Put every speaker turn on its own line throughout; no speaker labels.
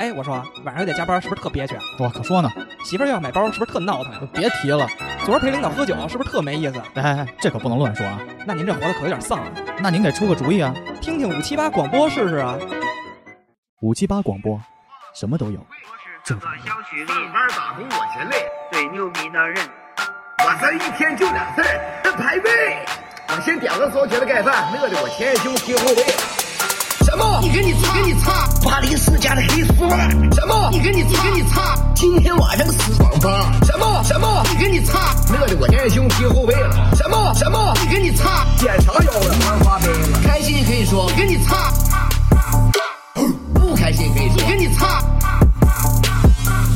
哎，我说晚上又得加班，是不是特憋屈啊？
我可说呢，
媳妇儿又要买包，是不是特闹腾呀？
别提了，
昨儿陪领导喝酒，是不是特没意思？
哎哎，哎这可不能乱说啊。
那您这活的可有点丧啊！
那您给出个主意啊？
听听五七八广播试试啊！
五七八广播，什么都有。
这个小区里
上班打工我全累，
最牛逼的人，
我这一天就两份儿，排队。我先点个烧茄子盖饭，饿的我前胸贴后背。什么？你跟你给你擦巴黎世家的黑丝袜？什么？你跟你给你擦今天晚上死爽吧？什么什么？你给你擦饿的我前胸贴后背了。什么什么？你给你擦点啥腰了？玩花呗了？开心也可以说我跟你擦，不开心也可以说我跟你擦。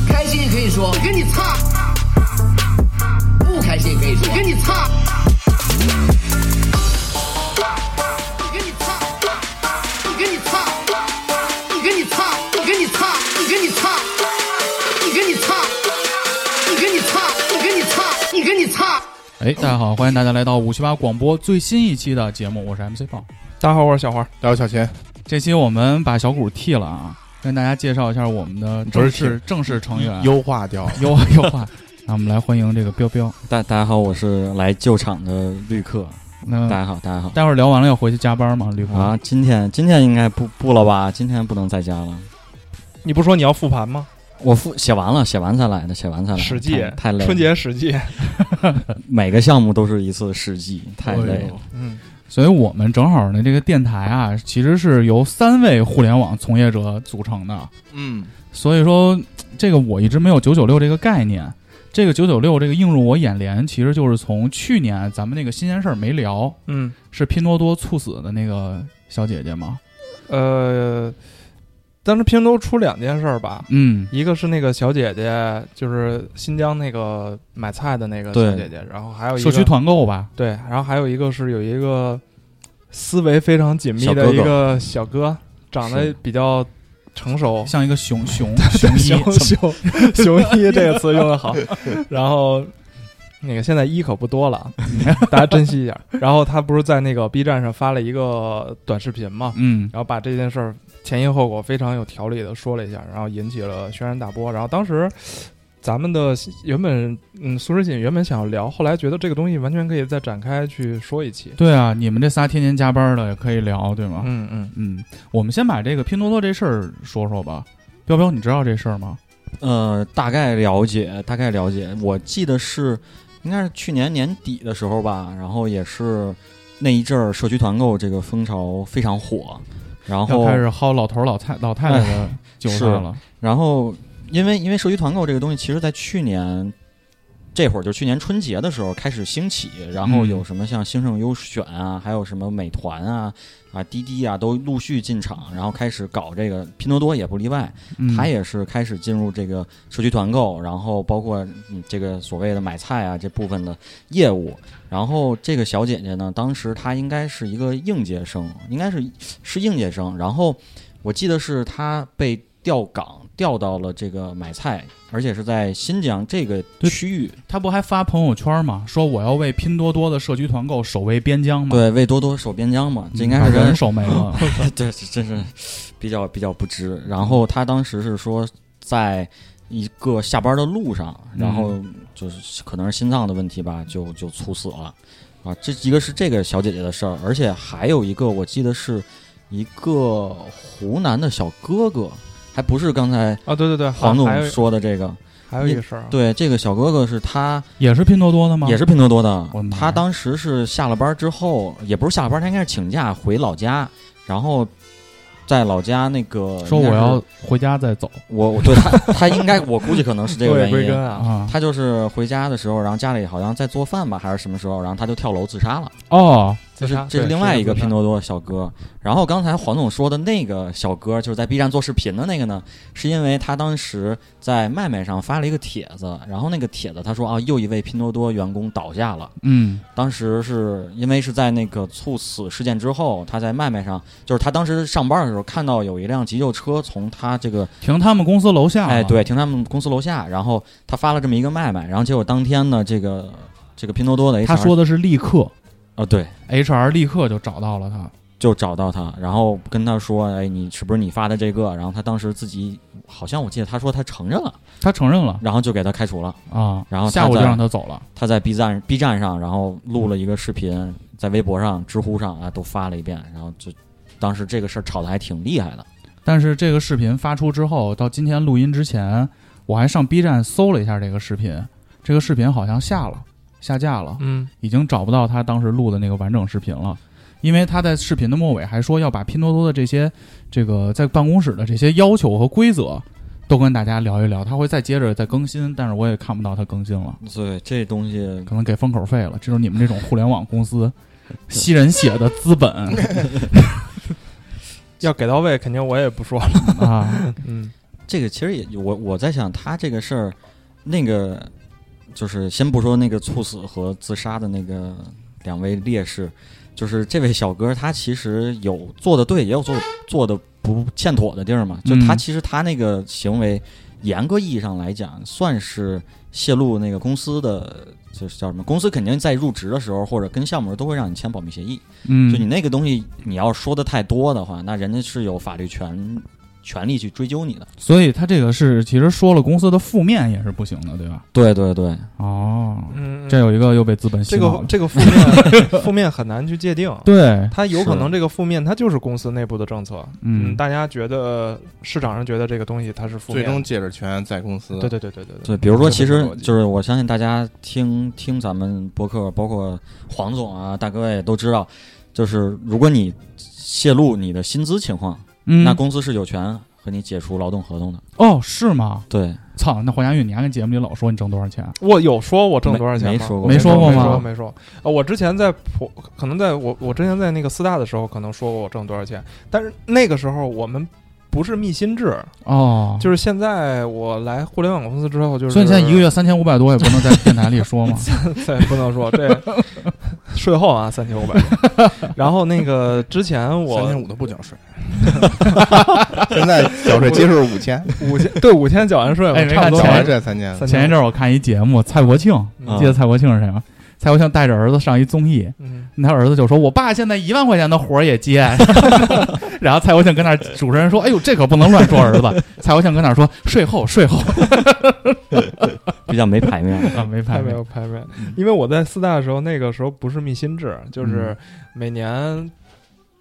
开心也可以说我跟你擦，不开心也可以说我跟你擦。我跟你擦，我跟你擦，我跟你擦，我跟你擦，我跟你擦，我跟你擦，我跟你擦，我跟你擦，我跟你擦。
哎，大家好，欢迎大家来到五七八广播最新一期的节目，我是 MC 豹。
大家好，我是小花。
大家小钱，
这期我们把小谷替了啊，跟大家介绍一下我们的
不
正
是
式正式成员
优化掉 了。
优优化。啊那我们来欢迎这个彪彪。
大大家好，我是来救场的绿客。
那
大家好，大家好。
待会儿聊完了要回去加班吗？吕鹏
啊，，今天今天应该不不了吧？今天不能在家了。
你不说你要复盘吗？
我复写完了，写完才来的，写完才来的。
史记
太太累了，
春节史记，
每个项目都是一次史记，太
哎
累了。
嗯，
所以我们正好呢，这个电台啊，其实是由三位互联网从业者组成的。
嗯，
所以说，这个我一直没有九九六这个概念。这个九九六这个映入我眼帘，其实就是从去年咱们那个新鲜事儿没聊，
嗯，
是拼多多猝死的那个小姐姐吗？
呃，当时拼多多出两件事儿吧，
嗯，
一个是那个小姐姐，就是新疆那个买菜的那个
对
小姐姐，然后还有一
社
个
区团购吧，
对，然后还有一个是有一个思维非常紧密
小哥
的
哥
一个小哥，长得比较成熟，
像一个熊熊熊一，
熊熊 熊一这个词用的 好，然后那个现在一可不多了， 啊，大家珍惜一下。然后他不是在那个 B 站上发了一个短视频嘛，
嗯，
然后把这件事儿前因后果非常有条理的说了一下，然后引起了轩然大波。然后当时咱们的原本嗯苏诗锦原本想要聊，后来觉得这个东西完全可以再展开去说一期。
对啊，你们这仨天天加班的也可以聊，对吗？
嗯嗯，
嗯，我们先把这个拼多多这事儿说说吧。彪彪，你知道这事儿吗？
呃，大概了解，大概了解。我记得是应该是去年年底的时候吧，然后也是那一阵儿社区团购这个风潮非常火，然
要
后
开始薅老头儿老太老太太
哦
的韭菜了。
然后，因为因为社区团购这个东西，其实在去年这会儿，就去年春节的时候开始兴起，然后
嗯
有什么像兴盛优选啊，还有什么美团啊、啊滴滴啊，都陆续进场，然后开始搞这个，拼多多也不例外，
嗯，
它也是开始进入这个社区团购，然后包括嗯这个所谓的买菜啊这部分的业务。然后这个小姐姐呢，当时她应该是一个应届生，应该是是应届生。然后我记得是她被调岗调到了这个买菜，而且是在新疆这个区域，
他不还发朋友圈吗？说我要为拼多多的社区团购守卫边疆吗？
对，为多多守边疆嘛，
嗯，
这应该是
把
人
人守没 了。
对，这真是比较比较不知。然后他当时是说，在一个下班的路上，然后
嗯
就是可能是心脏的问题吧，就就猝死了。啊，这一个是这个小姐姐的事儿，而且还有一个我记得是一个湖南的小哥哥，还不是刚才
啊对对对，
黄
还
总
有
说的这个。
还有一个事儿啊，
对，这个小哥哥是他
也是拼多多的吗？
也是拼多多的
我的。妈呀
他当时是下了班之后，也不是下了班，他应该是请假回老家，然后在老家那个
说
应
我
该是
要回家再走
我我对他他 应该我估计可能是这
落
个
叶归
原
根
因。
啊，
啊。
他就是回家的时候，然后家里好像在做饭吧，还是什么时候，然后他就跳楼自杀了。
哦，
自
这
杀
这是
对
另外一个
自杀
拼多多小哥。然后刚才黄总说的那个小哥，就是在 B 站做视频的那个呢，是因为他当时在麦麦上发了一个帖子，然后那个帖子他说啊，又一位拼多多员工倒下了。
嗯，
当时是因为是在那个猝死事件之后，他在麦麦上，就是他当时上班的时候看到有一辆急救车从他这个
停他们公司楼下了。
哎对停他们公司楼下，然后他发了这么一个麦麦，然后结果当天呢，这个这个拼多多的 HR
他说的是立刻
哦对
，HR 立刻就找到了他。
就找到他，然后跟他说：“哎，你是不是你发的这个？”然后他当时自己好像我记得他说他承认了，
他承认了
然后就给他开除了。
啊，
然后他
下午就
在
让他走了。
他在 B 站 B 站上，然后录了一个视频，在微博上、知乎上啊都发了一遍，然后就当时这个事儿吵得还挺厉害的。
但是这个视频发出之后，到今天录音之前，我还上 B 站搜了一下这个视频，这个视频好像下了，下架了，
嗯，
已经找不到他当时录的那个完整视频了。因为他在视频的末尾还说要把拼多多的这些这个在办公室的这些要求和规则都跟大家聊一聊，他会再接着再更新，但是我也看不到他更新了，
所以这东西
可能给封口费了。这就是你们这种互联网公司吸人血的资 本
要给到位，肯定我也不说了。
啊！
嗯
这个其实也我我在想，他这个事儿，那个就是先不说那个猝死和自杀的那个两位烈士，就是这位小哥他其实有做的对，也有做做的不欠妥的地儿嘛。就他
嗯
其实他那个行为，严格意义上来讲，算是泄露那个公司的。就是叫什么？公司肯定在入职的时候，或者跟项目都会让你签保密协议。就你
嗯，
那个东西，你要说的太多的话，那人家是有法律权权利去追究你的。
所以他这个是其实说了公司的负面也是不行的，对吧？
对对对，
哦，
嗯，
这有一个又被资本洗
这
脑
个哦
了。
这个负面负面很难去界定。
对，
它有可
是
能这个负面，它就是公司内部的政策。
嗯
大家觉得市场上觉得这个东西它是负
最
面的，
终解释权在公司。
对对对对对对，
对，比如说，
这
其
个
实
很逻辑
就是我相信大家听听咱们博客，包括黄总啊、大哥也都知道，就是如果你泄露你的薪资情况，
嗯，
那公司是有权和你解除劳动合同的。
哦是吗？
对，
操，那黄佳玉，你还跟节目里老说你挣多少钱？啊
我有说我挣多少钱吗？
没没说过
没说过
没
吗
说没说。呃，我之前在普，可能在我我之前在那个四大的时候，可能说过我挣多少钱，但是那个时候我们不是密薪制，
哦，
就是现在我来互联网公司之后，就是
所以你现在 一个月三千五百多，也不能在电台里说嘛。
再不能 说这 税后啊，三千五百。然后那个之前
三千
我
五都不缴税，现在缴税基数五 千，
五千对五千缴完税，
哎
我
没
差
缴
看
不多
前
完这三千，
三
前一阵儿我看一节目，蔡国庆，
嗯
记得蔡国庆是谁吗？蔡国庆带着儿子上一综艺，
嗯，
他儿子就说：“我爸现在一万块钱的活儿也接。” 然后蔡国庆跟那儿主持人说：“哎呦，这可不能乱说儿子。”蔡国庆跟那儿说：“税后，税后。
比较没 排面。”
啊，没
拍
拍嗯
没
没
有拍没有，因为我在四大的时候，那个时候不是密薪制，
嗯
就是每年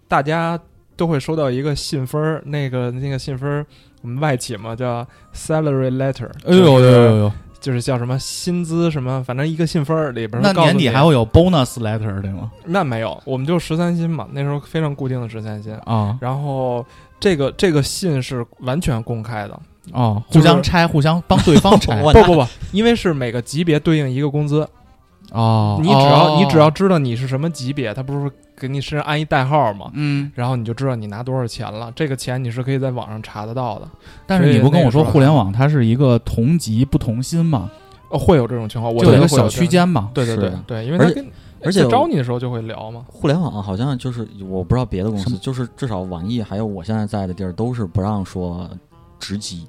大家都会收到一个信封儿，那个那个信封儿我们外企嘛叫 salary letter，
哎呦呦
就是
呦呦！
就是叫什么薪资什么，反正一个信封儿里边儿
那
告诉
年底
你
还会有 bonus letter 对吗？
那没有，我们就十三薪嘛，那时候非常固定的十三薪，
啊
然后这个这个信是完全公开的，
哦，
就
互
是
相拆，互相帮对方 拆。
我
不 不不，因为是每个级别对应一个工资，
哦，
你只要
哦
你只要知道你是什么级别，他不是给你身上安一代号吗？
嗯，
然后你就知道你拿多少钱了，这个钱你是可以在网上查得到的。
但是
所以
你不跟
那
我
个
说
时候
互联网它是一个同级不同心嘛，
哦，会有这种情况，我
就有
觉
一
得
个
会
小
有这
区
种情
间嘛。
况。对对对
是啊
对，因为他
而且
跟
而且
在招
我
你的时候就会聊嘛。
互联网好像就是我不知道别的公
什
司，
么
就是至少网易还有我现在在的地儿都是不让说职级，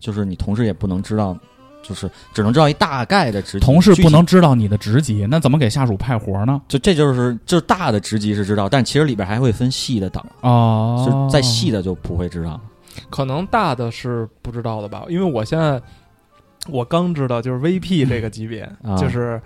就是你同事也不能知道，就是只能知道一大概的职级，
同事
具
不
体
能知道你的职级，那怎么给下属派活呢？
就这就是就是大的职级是知道，但其实里边还会分细的档，
哦
就，再细的就不会知道。
可能大的是不知道的吧，因为我现在我刚知道就是 VP 这个级别，
啊
就是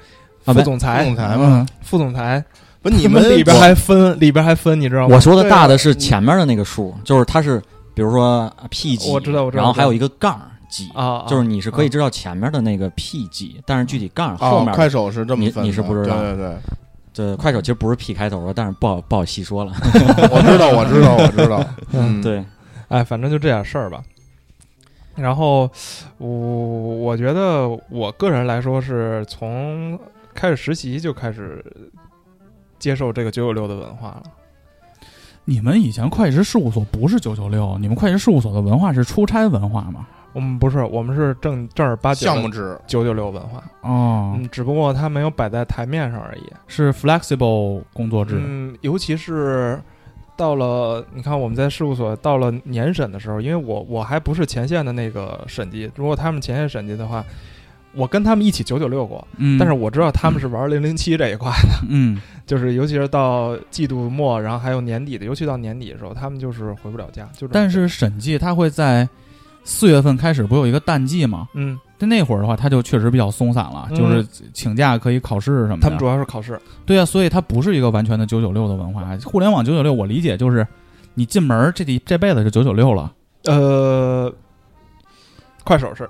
啊
副
没
总裁，
总裁嘛。
嗯，
副总裁，
不，你
他
们
里边还分里边还分，你知道吗？
我说的
对
大的
啊
是
嗯
前面的那个数，就是它是比如说 P 几，
我知道我知道
然后
我知道
还有一个杠几，
啊，啊
就是你是可以知道前面的那个 P 几，但是具体杠后
哦，
面
快
的
手是这么
你
分的，
你是不知道
对对
这快手其实不是 P 开头的，但是不好不好细说了。
对，我知道，我知道，我知道。嗯，
对，
哎，反正就这点事儿吧。然后我我觉得我个人来说是从开始实习就开始接受这个九九六的文化了。
你们以前会计师事务所不是九九六，你们会计师事务所的文化是出差文化嘛？
我们不是，我们是正正儿八经
项目
的
制，
九九六文化，
哦，
嗯，只不过它没有摆在台面上而已。
是 flexible 工作制。
嗯，尤其是到了你看我们在事务所到了年审的时候，因为我我还不是前线的那个审计，如果他们前线审计的话，我跟他们一起九九六过，
嗯，
但是我知道他们是玩零零七这一块 的，
嗯
就是尤其是到季度末，然后还有年底的，尤其到年底的时候，他们就是回不了家。就这种
但是审计他会在四月份开始，不有一个淡季吗？
嗯，
在那会儿的话，他就确实比较松散了，
嗯
就是请假可以考试什么的。
他们主要是考试，
对啊，所以它不是一个完全的九九六的文化。互联网九九六，我理解就是你进门儿这这这辈子是九九六了。
呃，快 手是，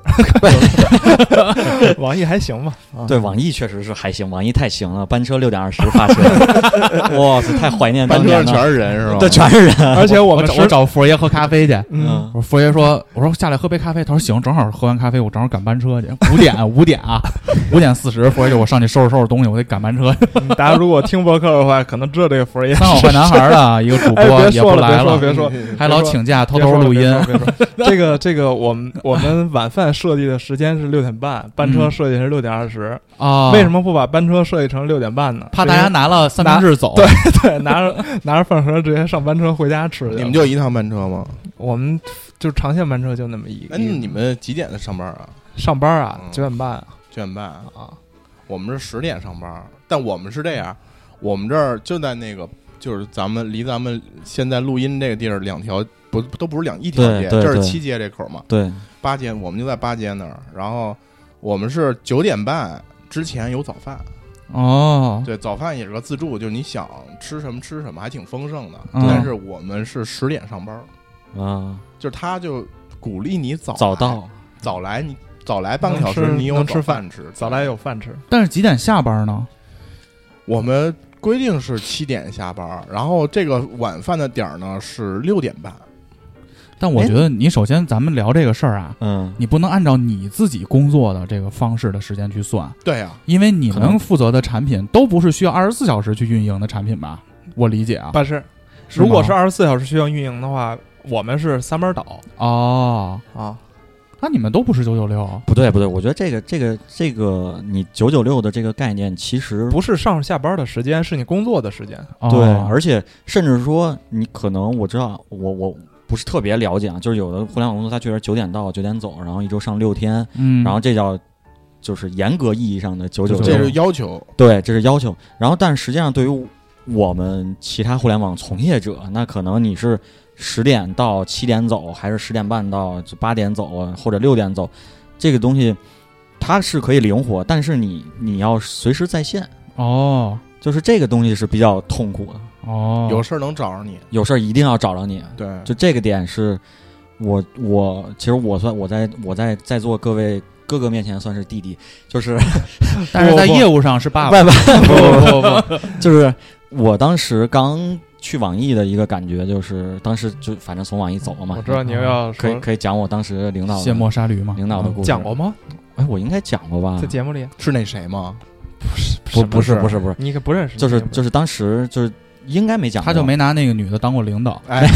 网易还行吧？啊，
对，网易确实是还行，网易太行了，班车六点二十发车， 哇塞，太怀念
班
当
车
年
上
了，
全是人是吧？
对，全是人，
而且我
我
们
找
是
我找佛爷喝咖啡去。
嗯，
我说佛爷说：“我说下来喝杯咖啡。”他说：“行，正好喝完咖啡，我正好赶班车去，五点五点啊，五点四十。”佛爷就我上去收拾收拾东西，我得赶班车。
嗯大家如果听播客的话，可能知道这 个佛爷。
三好坏男孩的啊一个主
哎，
播
别
也
说
不来嗯
别说，别说，
还老请假偷偷录音
别。说了。别说了别说 了这个这个，我们我们晚饭设计的时间是六点半，班车
嗯
设计是六点二十。
啊，
为什？么不把班车设计成六点半呢？
怕大家拿了三明治走。
对对拿着拿着饭盒直接上班车回家吃去。
你们 就一趟班车吗？
我们就长线班车就那么一个。
哎，那你们几点上班啊？
上班啊？
嗯
九点半啊
九点半啊。
啊？
我们是十点上班，但我们是这样，我们这儿就在那个，就是咱们离咱们现在录音这个地儿两条不都不是两一条
对
街，
对
这是
对
七街这口嘛，
对，
八街我们就在八街那儿，然后我们是九点半之前有早饭，
哦，
对，早饭也是个自助，就是你想吃什么吃什么，还挺丰盛的，
嗯
但是我们是十点上班，
啊，
就是他就鼓励你早
早
来
到，嗯
早来你早来半个小时
能吃
你有
能吃
早
饭
饭吃，
早来有饭吃。
但是几点下班呢？
我们规定是七点下班，然后这个晚饭的点儿呢是六点半。
但我觉得你首先咱们聊这个事儿啊，
哎
嗯，
你不能按照你自己工作的这个方式的时间去算，
对啊，
因为你
可能
们负责的产品都不是需要二十四小时去运营的产品吧？我理解啊。
但是
是吗
如果是二十四小时需要运营的话，我们是三班倒
哦，
啊。
那你们都不是九九六
不对不对，我觉得这个这个这个你九九六的这个概念其实
不是上下班的时间，是你工作的时间。
哦
对，
哦
而且甚至说你可能我知道，我我不是特别了解啊，就是有的互联网公司它确实九点到九点走，然后一周上六天，
嗯，
然后这叫就是严格意义上的九九
对
这
六
是，要求。
对，这是要求。然后但实际上对于我们其他互联网从业者，那可能你是十点到七点走，还是十点半到八点走，或者六点走，这个东西它是可以灵活，但是你你要随时在线，
哦
就是这个东西是比较痛苦的。
哦，
有事儿能找着你，
有事儿一定要找着你。
对，
就这个点是我 我其实我算我在我在在座各位哥哥面前算是弟弟，就是
但是在
不不
业务上是 爸爸。
外
不 不不，
就是我当时刚去网易的一个感觉，就是当时就反正从网易走了嘛嗯
我，知道你又要
可以
说
可以讲我当时领 导
卸
的
磨杀驴嘛，嗯
领导的故事
讲过吗？
哎，我应该讲过吧
在？节目里，
是那谁吗？
不不是不
啊是，
是不是，
你可不认识，
就是
你也不
就
认识
是当时就是应该没讲过，
他就没拿那个女的当过领导。
哎，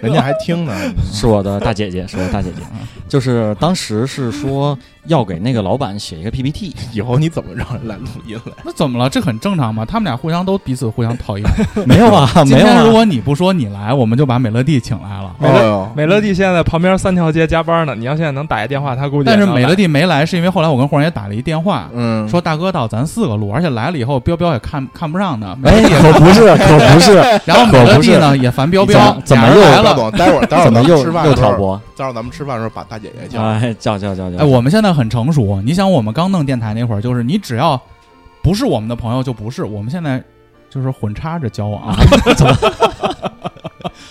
人家还听呢。
是我的大姐姐，是我的大姐姐，
嗯
就是当时是说要给那个老板写一个 PPT，
以后你怎么让人来录音来？
那怎么了？这很正常嘛。他们俩互相都彼此互相讨厌。
没有啊，
今
没有
天
啊
如。果你不说你来，我们就把美乐蒂请来了。
美乐
呦，
美乐蒂现在旁边三条街加班呢，你要现在能打一电话，他估计也
但是
能
美乐
来
蒂没来，是因为后来我跟霍然也打了一电话，
嗯，
说大哥到咱四个录，而且来了以后彪彪也看看不上 呢，
哎，可不是，可不是，
然后美乐蒂呢也烦彪彪，
怎么
俩人
大
来
又
了？
总，待会儿待会儿咱
怎么
们
又
吃饭
又
的时候
挑，拨？
待会儿咱们吃饭的时候把大姐姐叫。
哎，叫叫叫叫！
哎，我们现在很成熟，你想我们刚弄电台那会儿，就是你只要不是我们的朋友就不是，我们现在就是混插着交 往，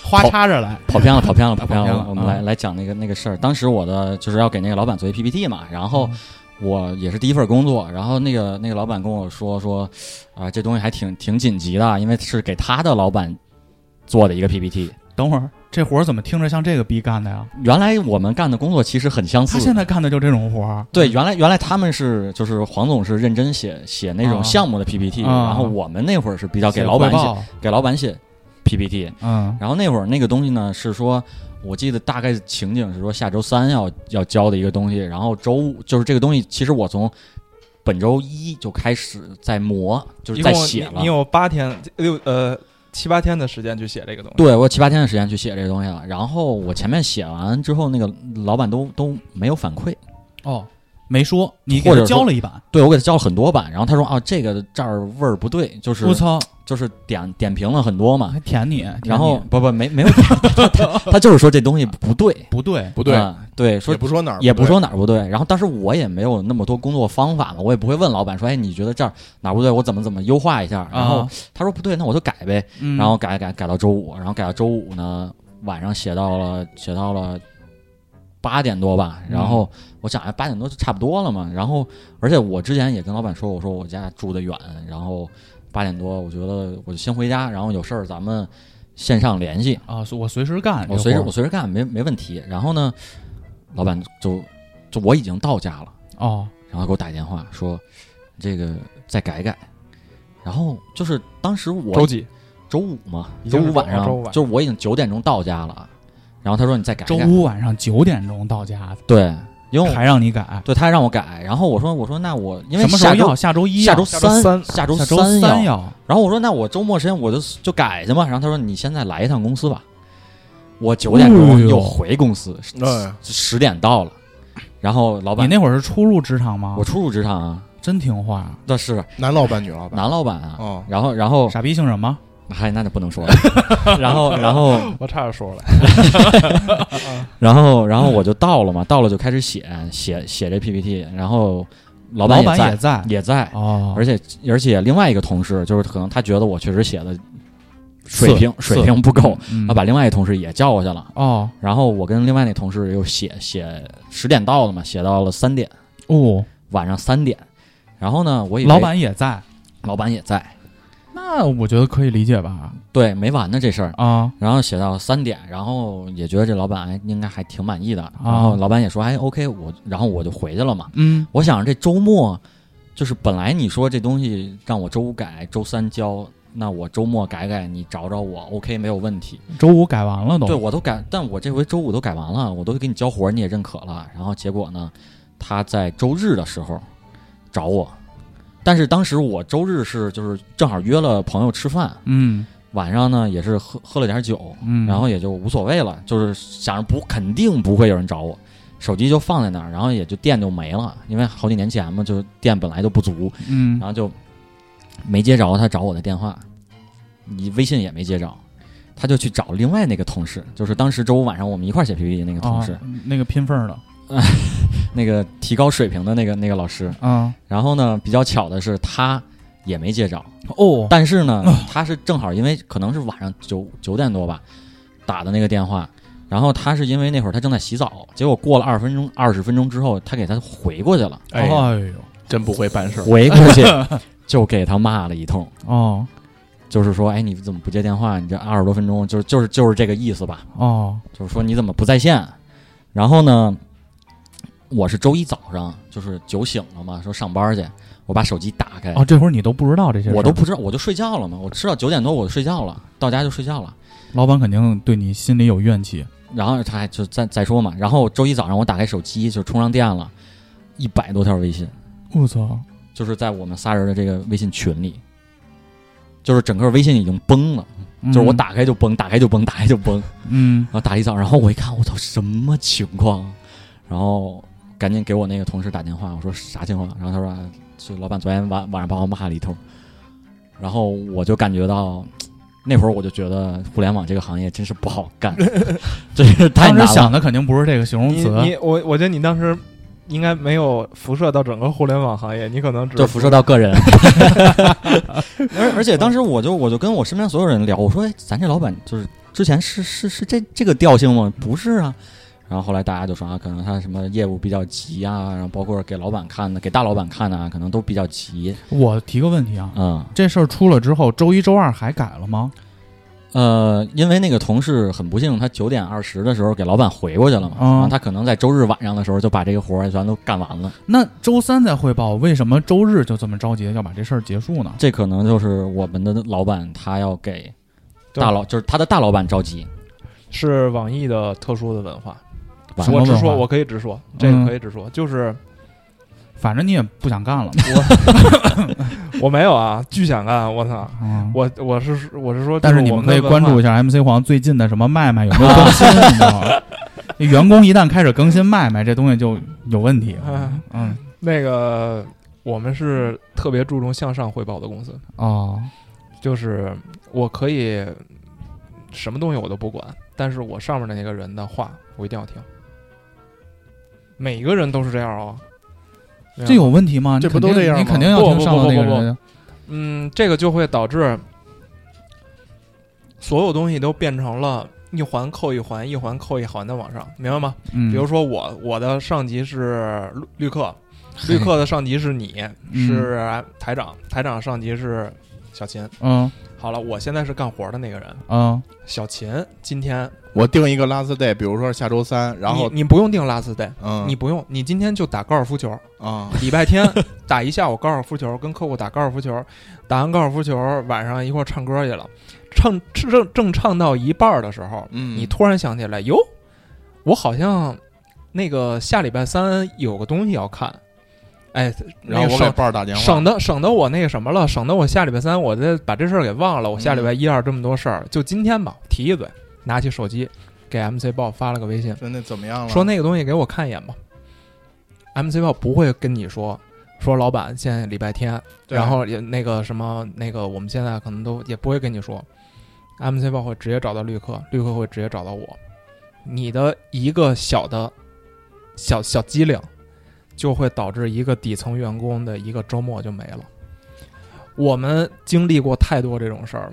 花插着来，
跑偏了，跑偏了，跑偏
跑偏了
了。我们来
嗯
来讲那个那个事儿。当时我的就是要给那个老板做一 PPT 嘛，然后
嗯
我也是第一份工作，然后那个那个老板跟我说说，啊、这东西还挺挺紧急的，因为是给他的老板做的一个 PPT。
等会儿这活儿怎么听着像这个逼干的呀？
原来我们干的工作其实很相
他现
似。
在干的就这种活儿，
对，原来原来他们是就是黄总是认真写写那
啊
种项目的 PPT，、
啊
然后我们那会儿是比较给
写
老板
汇
写
报
给老板写 PPT，
嗯
然后那会儿那个东西呢，是说我记得大概情景是说下周三要要交的一个东西，然后周五就是这个东西，其实我从本周一就开始在磨，就是
一
在
共
写
你你
了。
有八天六呃七八天的时间去写这个东西，
对，我有七八天的时间去写这个东西了，然后我前面写完之后，那个老板都都没有反馈，
哦，没说，你给
或
他
者说
教了一版，
对我给他教了很多版，然后他说啊，这个这儿味儿不对，就是
我操，
就是点点评了很多嘛。
还舔你，舔
然后
你
不不没没有他他他就是说这东西不对，
不对，
不对，
啊对，说
也不说哪儿，
也不说哪儿不对。然后，但是我也没有那么多工作方法嘛，我也不会问老板说，哎，你觉得这儿哪儿不对，我怎么怎么优化一下。然后
啊
他说不对，那我就改呗。
嗯
然后改改改到周五，然后改到周五呢，晚上写到了写到了八点多吧。
嗯
然后我想，哎，八点多就差不多了嘛。然后，而且我之前也跟老板说，我说我家住的远，然后八点多，我觉得我就先回家，然后有事儿咱们线上联系。
啊，我随时干，这
我哦随时
活儿
我随时干，没没问题。然后呢，老板就就我已经到家了，
哦，
然后给我打一电话说这个再改改。然后就是当时我
周几？
周五嘛，
已
周
经是
五晚上，
周五晚上
就是我已经九点钟到家了啊。然后他说你再改
周
改，
五晚上九点钟到家，
对，因为我
还让你改，
对他让我改，然后我说我说那我因为
什么时候
下周
要？下周一
啊
要，
下周
下周
三
三
下周
下周三
要，
要，
然后我说那我周末时间我就就改去嘛。然后他说你现在来一趟公司吧，我九
哎
点钟
呦
又回公司，
哎
十点到了。然后老
你
板，
那会儿是初入职场吗？
我初入职场啊，
真听话，
那是
男老板女老板，
男老板啊。
哦，
然后然后
傻逼姓什么？
嗨，那就不能说了。 然后然后
我差点说了，
然后，然后我就到了嘛，到了就开始写写写这 PPT，然后老板
老
也在
板也在
也在，
哦，
而且而且另外一个同事就是可能他觉得我确实写的
四
水平水平不够，，
嗯
他把另外一同事也叫过去了，
哦
然后我跟另外那同事又写写十点到的嘛，写到了三点，
哦，
晚上三点，然后呢，我以为
老板也在，
老板也在，
那我觉得可以理解吧？
对，没完呢这事儿。
啊，
然后写到三点，然后也觉得这老板哎应该还挺满意的，
啊
然后老板也说哎 OK，我然后我就回去了嘛。
嗯，
我想这周末，就是本来你说这东西让我周五改，周三交，那我周末改改，你找找我，OK 没有问题。
周五改完了都，
对我都改，但我这回周五都改完了，我都给你交活儿，你也认可了。然后结果呢，他在周日的时候找我，但是当时我周日是就是正好约了朋友吃饭，
嗯
晚上呢也是喝喝了点酒，
嗯，
然后也就无所谓了，就是想着不肯定不会有人找我，手机就放在那儿，然后也就电就没了，因为好几年前嘛，就是电本来就不足，
嗯
然后就没接着他找我的电话，你微信也没接着，他就去找另外那个同事，就是当时周五晚上我们一块儿写 PPT 那个同事，
哦那个拼缝儿的
那个提高水平的那个那个老师。
啊，
然后呢，比较巧的是他也没接着，
哦，
但是呢，他是正好因为可能是晚上九九点多吧打的那个电话，然后他是因为那会儿他正在洗澡，结果过了二十分钟二十分钟之后，他给他回过去了，
哎
哎，
呦，
真不会办事儿，
回过去就给他骂了一通，
哦
就是说，哎，你怎么不接电话？你这二十多分钟，就是就是就是这个意思吧，
哦，
就是说你怎么不在线？然后呢，我是周一早上就是酒醒了嘛，说上班去，我把手机打开，
哦，这会儿你都不知道这些事儿，
哎我都不知道，我就睡觉了嘛，我吃到九点多我就睡觉了，到家就睡觉了。
老板肯定对你心里有怨气。
然后他还就再再说嘛，然后周一早上我打开手机就充上电了，一百多条微信，
我操！
就是在我们仨人的这个微信群里，就是整个微信已经崩了，就是我
嗯，
打开就崩，打开就崩，打开就崩，
嗯
然后打了一早，然后我一看，我操，什么情况？然后赶紧给我那个同事打电话，我说啥情况？然后他说啊，就老板昨天晚晚上把我骂了一通，然后我就感觉到。那会儿我就觉得互联网这个行业真是不好干， 真是太
当
难
时
了。
想的肯定不是这个形容
你
词，
你我我觉得你当时应该没有辐射到整个互联网行业，你可能只
就辐射到个人。 而而且当时我就我就跟我身边所有人聊，我说，哎，咱这老板就是之前是是是这这个调性吗？不是啊。然后后来大家就说啊，可能他什么业务比较急啊，然后包括给老板看的、给大老板看的啊，可能都比较急。
我提个问题啊，
嗯
这事儿出了之后，周一周二还改了吗？
呃，因为那个同事很不幸，他九点二十的时候给老板回过去了嘛，
嗯
然后他可能在周日晚上的时候就把这个活儿全都干完了。
那周三再汇报，为什么周日就这么着急地要把这事儿结束呢？
这可能就是我们的老板他要给
对
大老，就是他的大老板着急。
是网易的特殊的文化。
完
什么
我直
文化
说，我可以直说，这
嗯
个可以直说，就是
反正你也不想干了嘛。
我没有啊，巨想干，我操！
嗯
我我是我是说，
但是你们可以关注一
下，
下 MC 黄最近的什么麦麦有没有更新，你知道吗？那员工一旦开始更新卖卖，这东西就有问题。
啊
嗯，
那个我们是特别注重向上汇报的公司，
哦，
就是我可以什么东西我都不管，但是我上面的那个人的话我一定要听。每一个人都是这样哦。对啊
这有问题吗？你
这不
肯定
都这样吗
你肯定要听上头那个
不不不不不
人的。
嗯，这个就会导致所有东西都变成了一环扣一环，一环扣一环的往上，明白吗？
嗯，
比如说我我的上级是绿 绿客，绿客的上级是你，
嗯
是台长，台长上级是小秦。
嗯
好了，我现在是干活的那个人，
嗯
小秦。今天
我定一个 last day，比如说下周三，然后
你你不用定 last day，、
嗯，
你不用，你今天就打高尔夫球，
啊，
礼拜天打一下午高尔夫球，跟客户打高尔夫球，打完高尔夫球晚上一块儿唱歌去了，唱正正唱到一半儿的时候，
嗯，
你突然想起来，哟，我好像那个下礼拜三有个东西要看，哎，
然后我给
省
伴儿打电话，
省得省得我那个什么了，省得我下礼拜三我再把这事儿给忘了，我下礼拜一二这么多事儿，就今天吧，提一嘴，拿起手机给 MC 豹发了个微信，
说那怎么样了？
说那个东西给我看一眼吧。MC 豹不会跟你说说老板现在礼拜天，
对
然后也那个什么那个我们现在可能都也不会跟你说，MC 豹会直接找到绿客，绿客会直接找到我，你的一个小的小小机灵，就会导致一个底层员工的一个周末就没了。我们经历过太多这种事儿了。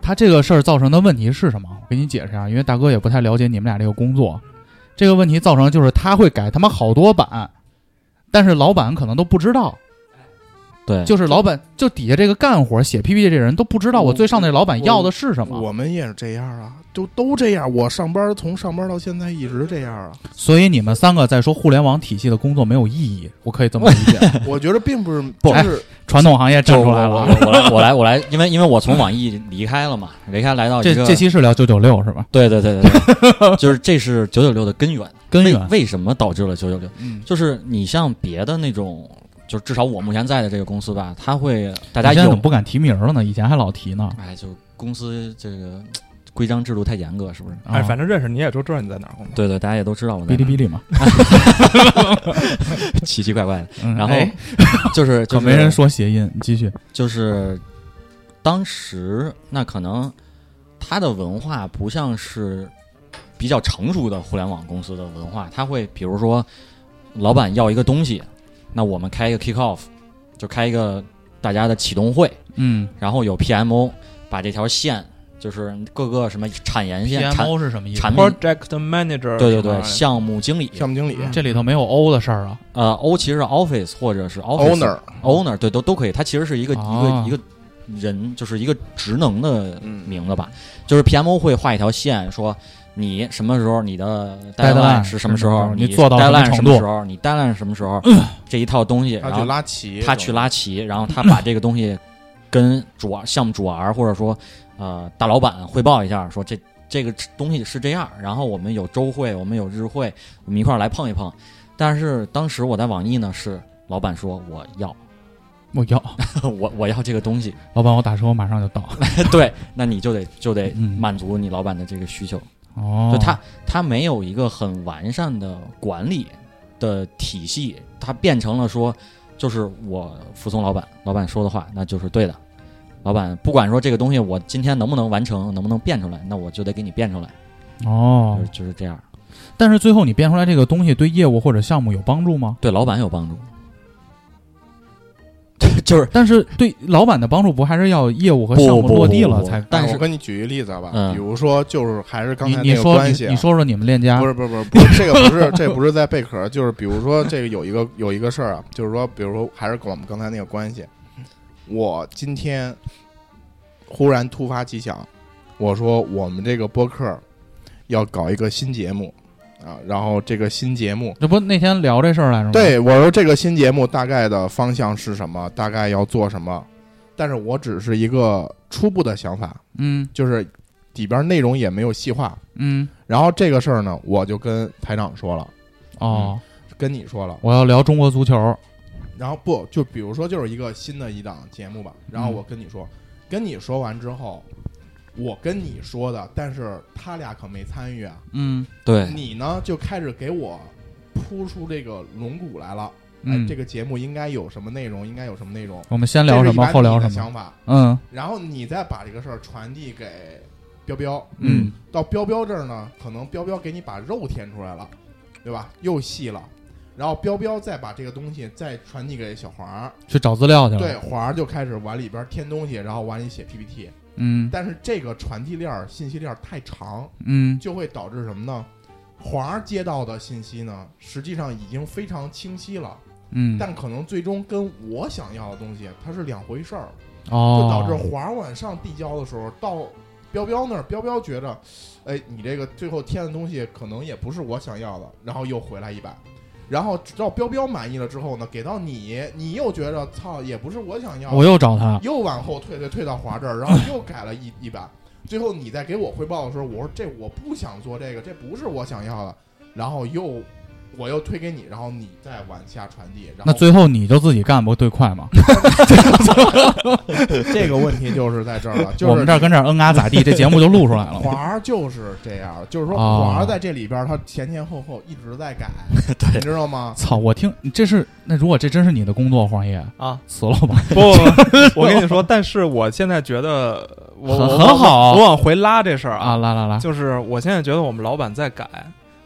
他这个事儿造成的问题是什么？我给你解释啊，因为大哥也不太了解你们俩这个工作。这个问题造成的就是他会改他妈好多版，但是老板可能都不知道，
对，
就是老板就底下这个干活写 PPT 这人都不知道我最上那老板要的是什么，
我们也是这样啊，就都这样。我上班从上班到现在一直这样啊，
所以你们三个在说互联网体系的工作没有意义，我可以这么理解。
我觉得并不是
不哎
就是
传统行业站出来
我
了，
我来我来我来，因为因为我从网易离开了嘛，离开来到
这
一个
这期是聊九九六是吧？
对对对对对，就是这是九九六的根源。
根
为
源
为什么导致了九九六？
嗯
就是你像别的那种，就至少我目前在的这个公司吧，它会大
大
家
现在怎
有
么不敢提名了呢？以前还老提呢。
哎，就公司这个规章制度太严格，是不是？
啊
哎，反正认识你也就知道你在哪儿工作。
对对，大家也都知道我在
哔哩哔哩嘛，
奇奇怪怪的，
嗯
然后
哎
就是就
可
是
没人说谐音，你继续。
就是当时那可能它的文化不像是比较成熟的互联网公司的文化，它会比如说老板要一个东西，那我们开一个 kick off，就开一个大家的启动会，
嗯
然后有 PMO 把这条线就是各个什么产研线、产
是什么意
产品
Project Manager，什
对对
么玩
对
意儿
项目经理，
项目经理
这里头没有 O 的事儿啊。
呃 O 其实是 office 或者是 office
owner，
owner 对都都可以，它其实是一个、
哦
一个一个人，就是一个职能的
嗯
名字吧。就是 PMO 会画一条线，说你什么时候你的
Deadline
是什么时候，
是什么时候
你
你做到什么
deadline
程
什
度嗯
么时候，你 deadline 什么时候，这一套东西，
他
然
去
后
拉齐，
他去拉齐，然后他把这个东西跟主啊项目主 R 或者说呃大老板汇报一下，说这这个东西是这样，然后我们有周会，我们有日会，我们一块儿来碰一碰。但是当时我在网易呢，是老板说我要哦
我要，
我我要这个东西，
老板，我打车，我马上就到。
对，那你就得就得
嗯
满足你老板的这个需求。
哦，
就他他没有一个很完善的管理的体系，他变成了说，就是我服从老板，老板说的话那就是对的。老板不管说这个东西我今天能不能完成，能不能变出来，那我就得给你变出来，
哦
就是，就是这样，
但是最后你变出来这个东西对业务或者项目有帮助吗？
对老板有帮助。 就是
但是对老板的帮助不还是要业务和
不
项目
不
落地
不
了
不
才？
但
哎
是
我跟你举一个例子吧，
嗯
比如说就是还是刚
你
才
你
那个
说
关
你
系啊，
你说说你们链家
不是不是不是不是这个不是 这不是在贝壳，就是比如说这个有一个有一个事儿啊，就是说比如说还是跟我们刚才那个关系，我今天忽然突发奇想，我说我们这个播客要搞一个新节目啊，然后这个新节目。
这不那天聊这事儿来着吗？，
对，我说这个新节目大概的方向是什么？大概要做什么？但是我只是一个初步的想法，
嗯
就是里边内容也没有细化。
嗯，
然后这个事儿呢，我就跟台长说了，嗯
哦，
跟你说了。
我要聊中国足球，
哎然后不就比如说就是一个新的一档节目吧，然
嗯
后我跟你说，跟你说完之后，我跟你说的，但是他俩可没参与啊。
嗯
对，
你呢就开始给我铺出这个龙骨来了。哎
嗯，，
这个节目应该有什么内容？应该有什么内容？
我们先聊
这
什
是一
么，
般
后聊
你的
什么，
想法，
嗯
然后你再把这个事儿传递给彪彪。
嗯，
到彪彪这儿呢，可能彪彪给你把肉填出来了，对吧？又细了，然后彪彪再把这个东西再传递给小黄儿，
去找资料去了，
对，，黄儿就开始往里边添东西，然后往里写 PPT。
嗯
但是这个传递链儿、信息链儿太长，
嗯
就会导致什么呢？黄儿接到的信息呢，实际上已经非常清晰了，
嗯，
但可能最终跟我想要的东西它是两回事儿。
哦，
就导致华儿往上递交的时候，到彪彪那儿，彪彪觉着，哎，你这个最后添的东西可能也不是我想要的，然后又回来一百，然后直到彪彪满意了之后呢，给到你，你又觉着操，也不是我想要的，
我又找他，
又往后退退退到华这儿，然后又改了一一版。最后你再给我汇报的时候，我说这我不想做这个，这不是我想要的，然后又我又推给你，然后你再往下传递，然
那
后
最后你就自己干不对快吗？
这个问题就是在这儿了，就是
我们这儿跟这儿嗯啊咋地，这节目就录出 来了嘛。
华儿就是这样，就是说
哦
华儿在这里边儿，他前前后后一直在 改，你知道吗？
操！我听你这是那如果这真是你的工作，黄爷
啊，
辞了吧。
不，我跟你说，但是我现在觉得我
很
我
很好
我往回拉这事儿
啊，，来来来，
就是我现在觉得我们老板在改，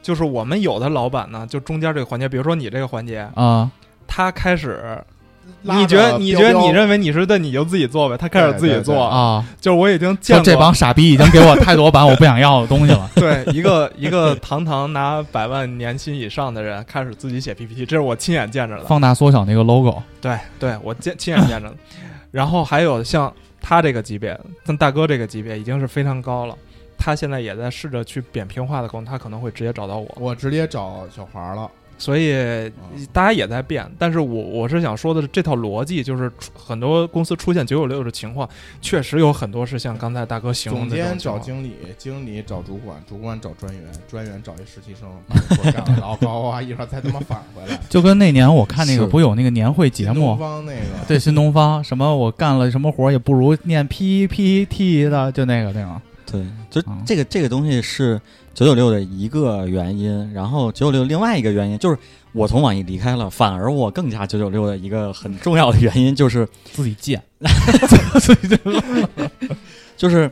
就是我们有的老板呢，就中间这个环节，比如说你这个环节，
啊，
他开始，
拉着
你觉得你觉得
彪彪
你认为你是对，你就自己做呗，他开始自
对
己
对对
做，
啊，
就是我已经见
说
过。
这帮傻逼已经给我太多版我不想要的东西了
对一个一个堂堂拿百万年薪以上的人开始自己写 PPT，这是我亲眼见着的。
放大缩小那个 logo，
对对，我见亲眼见着的。然后还有像他这个级别，像大哥这个级别已经是非常高了。他现在也在试着去扁平化的功，他可能会直接找到我，
我直接找小华儿了，
所以大家也在变。但是我我是想说的是，这套逻辑就是出很多公司出现九九六的情况，确实有很多是像刚才大哥形容
总
的这
监
种情
找
况
经理，经理找主管，主管找专员，专员找一实习生，把这活 干了，然后呱呱呱一会儿再他妈返回来。
就跟那年我看那个
是
不有那个年会节
新东
目，
方那 个
对新东方什么我干了什么活儿也不如念 PPT 的，就那个对吗？
对，就
嗯
这个这个东西是九九六的一个原因，然后九九六另外一个原因就是我从网易离开了，反而我更加九九六的一个很重要的原因就是
自己建，
就是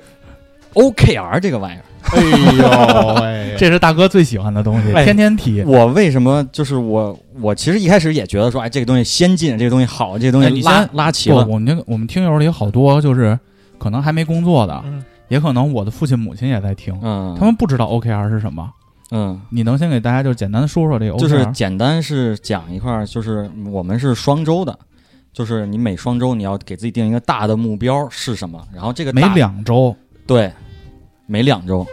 OKR 这个玩意儿。
哎呦喂，
这是大哥最喜欢的东西，
哎
天天提。
我为什么就是我我其实一开始也觉得说，哎，这个东西先进，这个东西好，这个东
哎你
西
先
拉拉齐
不，
了。
我们这个我们听友里有好多就是可能还没工作的，
嗯
也可能我的父亲母亲也在听，
嗯，
他们不知道 OKR 是什么。
嗯。
你能先给大家就简单说说这个 OKR？
就是简单是讲一块儿，就是我们是双周的，就是你每双周你要给自己定一个大的目标是什么，然后这个
每
大
两周，
对，每两周，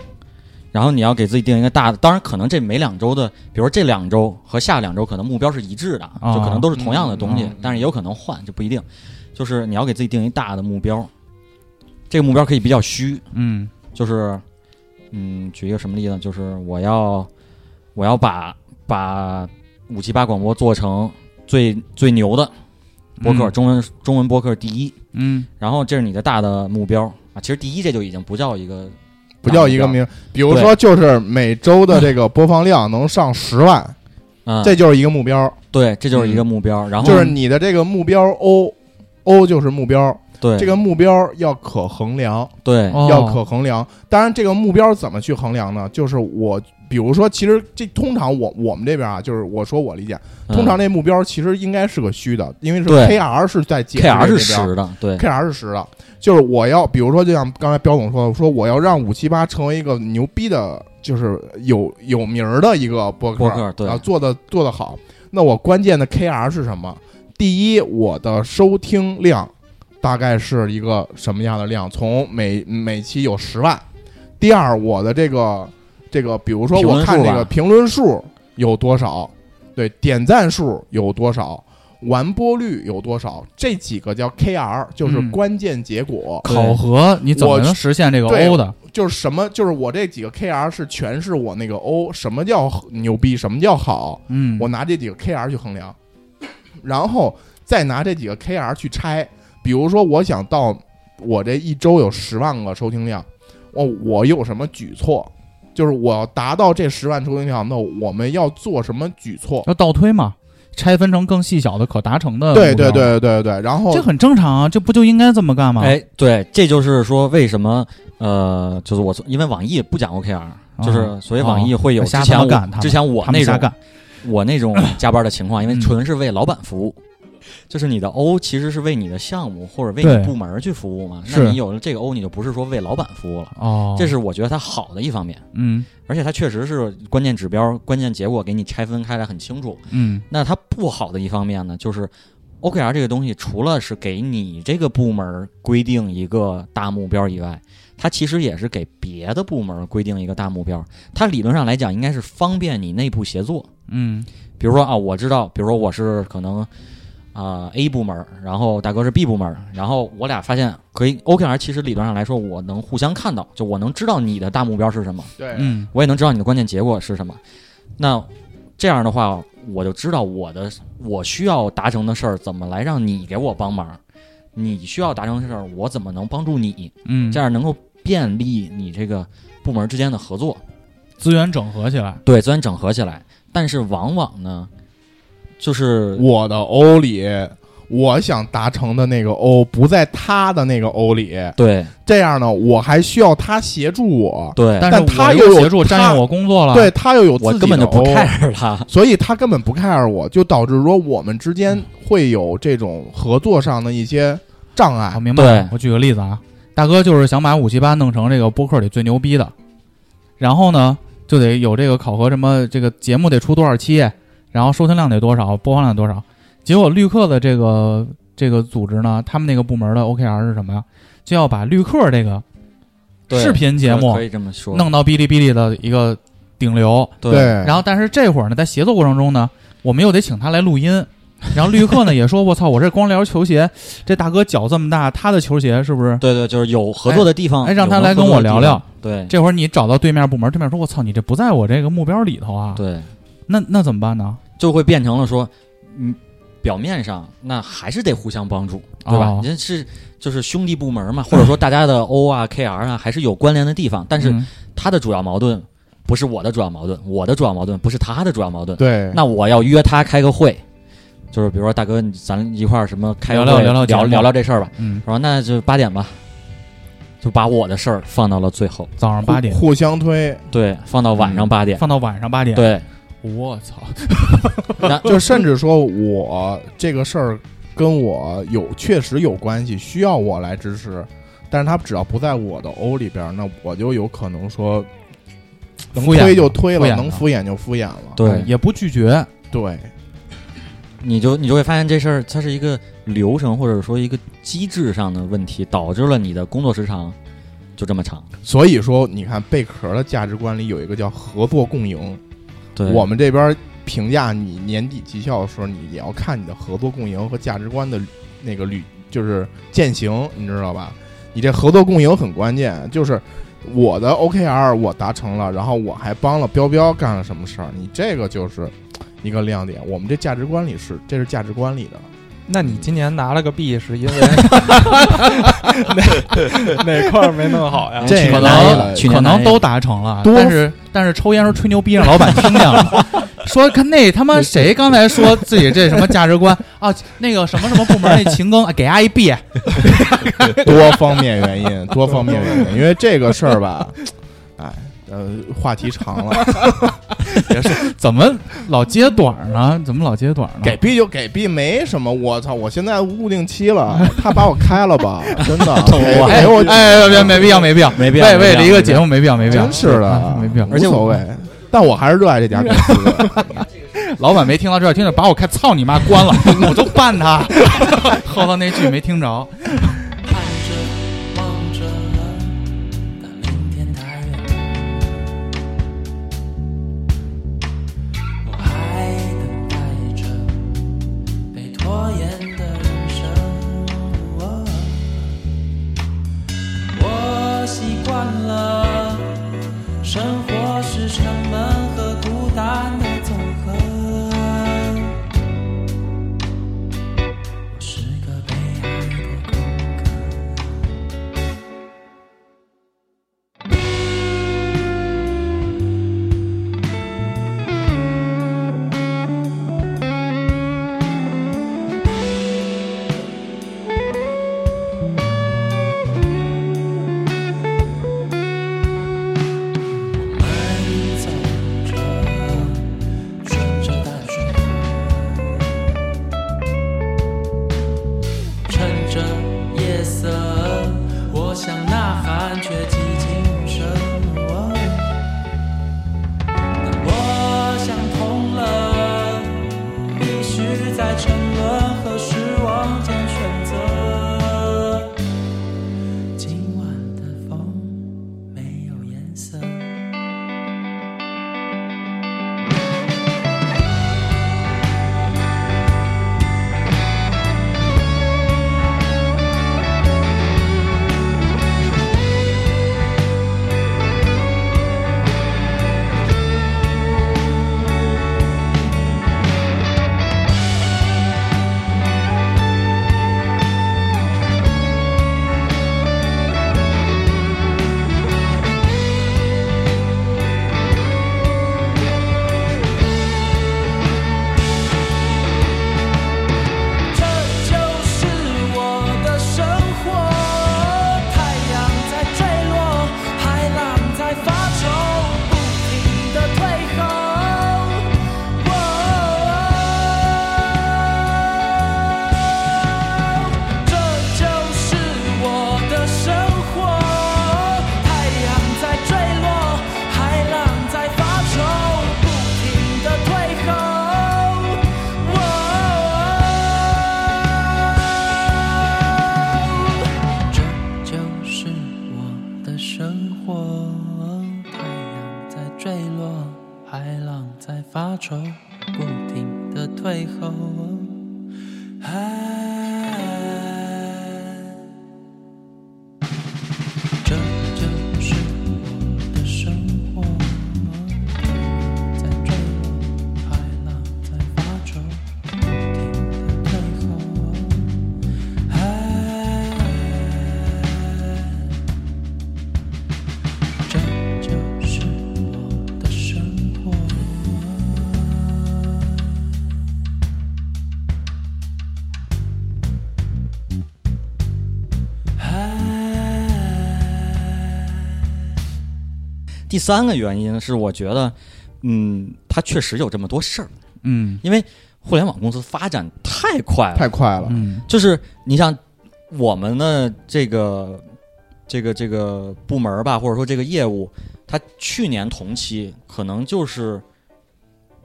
然后你要给自己定一个大的，当然可能这每两周的，比如说这两周和下两周可能目标是一致的，
啊
就可能都是同样的东西，
嗯嗯
但是也有可能换，就不一定。就是你要给自己定一大的目标，这个目标可以比较虚，
嗯
就是嗯，举一个什么例子，就是我要我要把把五七八广播做成最最牛的播客，
嗯
中文中文播客第一，
嗯，
然后这是你的大的目标啊。其实第一这就已经不叫一个
不叫一个名，比如说就是每周的这个播放量能上十万，
嗯
啊，
这就是一个目标，
对，这就是一个目标。然后
就是你的这个目标 O。O 就是目标，
对
这个目标要可衡量，
对
哦
要可衡量。当然，这个目标怎么去衡量呢？就是我，比如说，其实这通常我我们这边啊，就是我说我理解，通常
嗯
这目标其实应该是个虚的，因为是
对
KR 是在解
KR 是
释这个目
十的，对
标，KR 是十的，就是我要，比如说，就像刚才彪总说的，说我要让五七八成为一个牛逼的，就是有有名儿的一个博客，
播客对
啊，做的做的好。那我关键的 KR 是什么？第一，我的收听量大概是一个什么样的量？从每每期有十万。第二，我的这个这个，比如说
评论
我
数
看这个
吧
评论数有多少，对，点赞数有多少，完播率有多少，这几个叫 KR，就是
嗯
关键结果。
考核你怎么能实现这个
对
O 的？
就是什么？就是我这几个 KR 是全是我那个 O，什么叫牛逼，什么叫好，
嗯，
我拿这几个 KR 去衡量，然后再拿这几个 KR 去拆。比如说，我想到我这一周有十万个收听量，我我有什么举措？就是我要达到这十万收听量，那我们要做什么举措？
要倒推嘛，拆分成更细小的可达成的。
对对，对对对，然后
这很正常啊，这不就应该这么干吗？，
哎，对，这就是说为什么呃，就是我从因为网易不讲 OKR，、就是
哦
所以网易会有之
瞎
前
他妈
我
干他们
之前我
他们
那
瞎
种
干，
我 那种加班的情况，因为
嗯
纯是为老板服务，就是你的 O 其实是为你的项目或者为
对
你部门儿去服务嘛。那
是
你有了这个 O，你就不是说为老板服务了。
哦，
这是我觉得它好的一方面，
嗯
而且它确实是关键指标、关键结果给你拆分开来很清楚。
嗯
那它不好的一方面呢，就是 OKR 这个东西，除了是给你这个部门儿规定一个大目标以外，它其实也是给别的部门儿规定一个大目标。它理论上来讲，应该是方便你内部协作。
嗯
比如说啊，我知道，比如说我是可能啊、A 部门儿，然后大哥是 B 部门儿，然后我俩发现可以 OKR 其实理论上来说，我能互相看到，就我能知道你的大目标是什么，
对
嗯
我也能知道你的关键结果是什么。那这样的话，我就知道我的我需要达成的事儿怎么来让你给我帮忙，你需要达成的事儿我怎么能帮助你，
嗯，
这样能够便利你这个部门之间的合作。
资源整合起来，
对，资源整合起来。但是往往呢，就是
我的 O 里，我想达成的那个 O 不在他的那个 O 里，
对
这样呢，我还需要他协助我，
对，
但
但
是
他
我
又有
协助
他
占用我工作了，
对他又有自己
啊我
的
根本就不啊
O
care 他。
所以他根本不 care 我，就导致说我们之间会有这种合作上的一些障
我
碍。
哦明白了
啊对。
我举个例子啊，大哥就是想把五七八弄成这个播客里最牛逼的，然后呢就得有这个考核，什么这个节目得出多少期，然后收听量得多少，播放量多少。结果绿客的这个这个组织呢，他们那个部门的 OKR 是什么呀？就要把绿客这个
对
视频节目
可以这么说。
弄到哔哩哔哩的一个顶流，
对
哎
然后但是这会儿呢，在协作过程中呢，我们又得请他来录音。然后绿客呢也说：“我操，我这光聊球鞋，这大哥脚这么大，他的球鞋是不是？
对对，就是有合作的地方，
哎哎让
嗯有
他
能
来
合
跟
作
我
的地
聊
方
聊。
对
这会儿你找到对面部门，对面说：我操，你这不在我这个目标里头啊。
对，
那那怎么办呢？
就会变成了说，嗯，表面上那还是得互相帮助，对吧
哦？
人、是就是兄弟部门嘛，或者说大 家的 O 啊、KR 啊，还是有关联的地方。但是
嗯
他的主要矛盾不是我的主要矛盾，我的主要矛盾不是他的主要矛盾。
对，
那我要约他开个会，就是比如说大哥，你咱一块儿什么开个
聊聊
会
聊聊
聊
节目
聊聊这事儿吧。
嗯，
我说那就八点吧，就把我的事儿放到了最后，
早上
互
八点
互相推，
对，放到晚上八点，
放到晚上八点。，
对，
嗯我操，
就甚至说我这个事儿跟我有确实有关系，需要我来支持，但是他只要不在我的 O 里边儿，那我就有可能说能
敷衍
推
了
就推
敷
了，
衍
能
了
敷衍就敷衍了。
对，
也不拒绝。
对，
你就你就会发现这事儿它是一个流程或者说一个机制上的问题，导致了你的工作时长就这么长。
所以说你看贝壳的价值观里有一个叫合作共赢，
对，
我们这边评价你年底绩效的时候，你也要看你的合作共赢和价值观的那个履，就是践行，你知道吧？你这合作共赢很关键，就是我的 OKR 我达成了，然后我还帮了彪彪干了什么事儿，你这个就是一个亮点。我们这价值观里是，这是价值观里的。
那你今年拿了个 B，是因为哪哪块儿没弄好呀？
这
可
个
能
去
可
年
能
那
都达成了，
多
但是但是抽烟时候吹牛逼让老 板听见了，说看那他妈谁刚才说自己这什么价值观啊？那个什么什么部门那秦庚啊给阿一 B，
多方面原因，多方面原因，因为这个事儿吧，哎，呃，话题长了，
怎么老接短儿呢？怎么老接短儿呢？
给币就给币，没什么。我操，我现在固定期了， 他把我开了吧，真的，给
哎
给我
哎，别没必要，没必要，
没必要
为
没必
为
要
了一个节目，没必要，没必要，
真是的
啊，没必要。
无所谓。但我还是热爱这家公司，
老板没听到这儿，听着把我开，操你妈，关了， 我就办他。 后头那句没听着，
看着望着那林边大院，我还等待着被脱习惯了。生活是沉闷和孤单的总和。我是个被爱的空壳。我们走着，顺着大水流，趁着夜色，我想呐喊，却寂静无声。但我想通了，必须在沉沦和失望间选择。今晚的风没有颜色。这就是我的生活，太阳在坠落，海浪在发愁，不停的退后。这就是我的生活，哦太阳在坠落，海浪在发愁，不停的退后。这就是我的生活，太阳在坠落，海浪在发愁，不停的退后。哎这就是我的生活，太阳在坠落，海浪在发愁，不停的退后。哎，这就是我的生活。
第三个原因是，我觉得，嗯，它确实有这么多事儿，
嗯
因为互联网公司发展太快了，
太快了，
嗯
就是你像我们的这个这个这个部门儿吧，或者说这个业务，它去年同期可能就是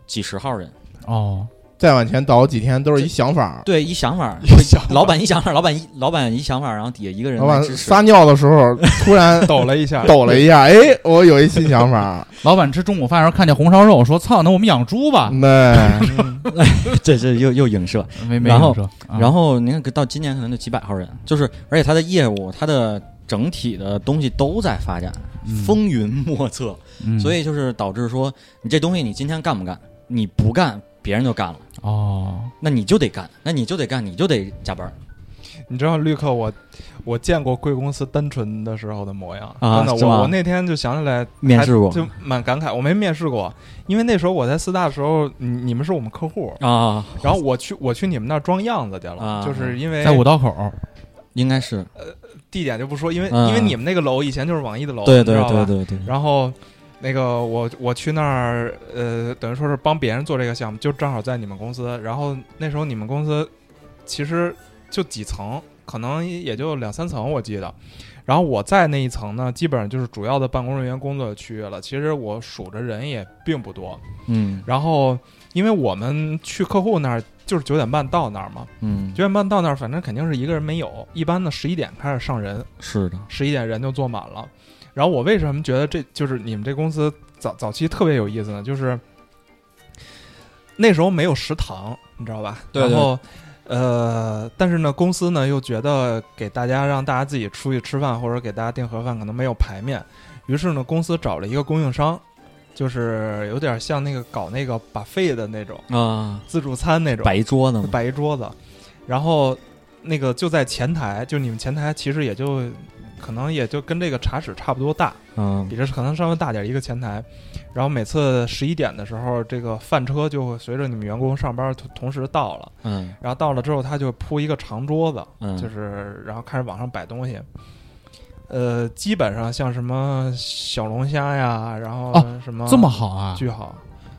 几十号人，
哦，
再往前倒几天都是一想法儿。
对，一想法儿，
一想法儿
老板一想法儿，老板一老板一想法儿，然后底下一个人
老板
来支持
撒 尿的时候，突然
抖了一下，
抖了一下，哎，我有一新想法儿。
老板吃中午饭的时候看见红烧肉，说：“操，那我们养猪吧。
那
这这又又影射，
没没
然后
有说，啊
然后您看到今年可能就几百号人，就是而且它的业务，它的整体的东西都在发展，
嗯
风云莫测，
嗯
所以就是导致说你这东西你今天干不干，你不干别人就干了。
哦，
那你就得干，那你就得干，你就得加班
你知道绿客我我见过贵公司单纯的时候的模样
啊
真
是
的，
吗
我我那天就想起来
面试过
还就蛮感慨，我没面试过，因为那时候我在四大的时候，你你们是我们客 户，
啊，
然后我去我去你们那儿装样子去了，
啊
就是因为
在五道口，
应该
哦
是
地点就不说，因为、
嗯
因为你们那个楼以前就是网易的楼，
对
你知
对
道吧
对对对，
然后那个我我去那儿，呃，等于说是帮别人做这个项目，就正好在你们公司。然后那时候你们公司其实就几层，可能也就两三层，我记得。然后我在那一层呢，基本上就是主要的办公人员工作区域了。其实我数着人也并不多。
嗯
然后因为我们去客户那儿就是九点半到那儿嘛，
嗯，
九点半到那儿，反正肯定是一个人没有。一般呢，十一点开始上人，
是的，
十一点人就坐满了。然后我为什么觉得这就是你们这公司早早期特别有意思呢？就是那时候没有食堂，你知道吧？
对对
然后呃，但是呢，公司呢又觉得给大家让大家自己出去吃饭或者给大家订盒饭可能没有排面，于是呢，公司找了一个供应商，就是有点像那个搞那个把费的那种
啊，
自助餐那种，
摆一桌
嗯
子嘛，
摆一桌子，然后那个就在前台，就你们前台其实也就可能也就跟这个茶室差不多大，
嗯
比这可能稍微大点一个前台，然后每次十一点的时候，这个饭车就会随着你们员工上班同同时到了，
嗯
然后到了之后他就铺一个长桌子，
嗯，
就是然后开始往上摆东西。呃，基本上像什么小龙虾呀，然后
哦
什么、
这么好啊？
巨好，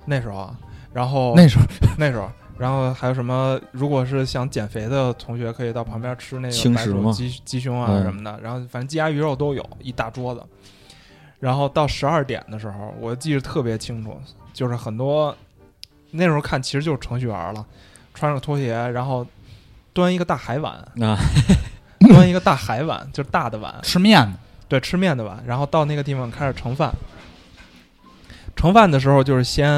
那时候啊，然后
那时候
那时候，然后还有什么？如果是想减肥的同学，可以到旁边吃那个
轻
白
食
煮
吗
鸡鸡胸啊
嗯
什么的，然后反正鸡鸭鱼肉都有一大桌子。然后到十二点的时候，我记得特别清楚，就是很多那时候看其实就是程序员了，穿着拖鞋，然后端一个大海碗，
啊
端一个大海碗，就是大的碗，
吃面呢，
对，吃面的碗，然后到那个地方开始盛饭。盛饭的时候就是先，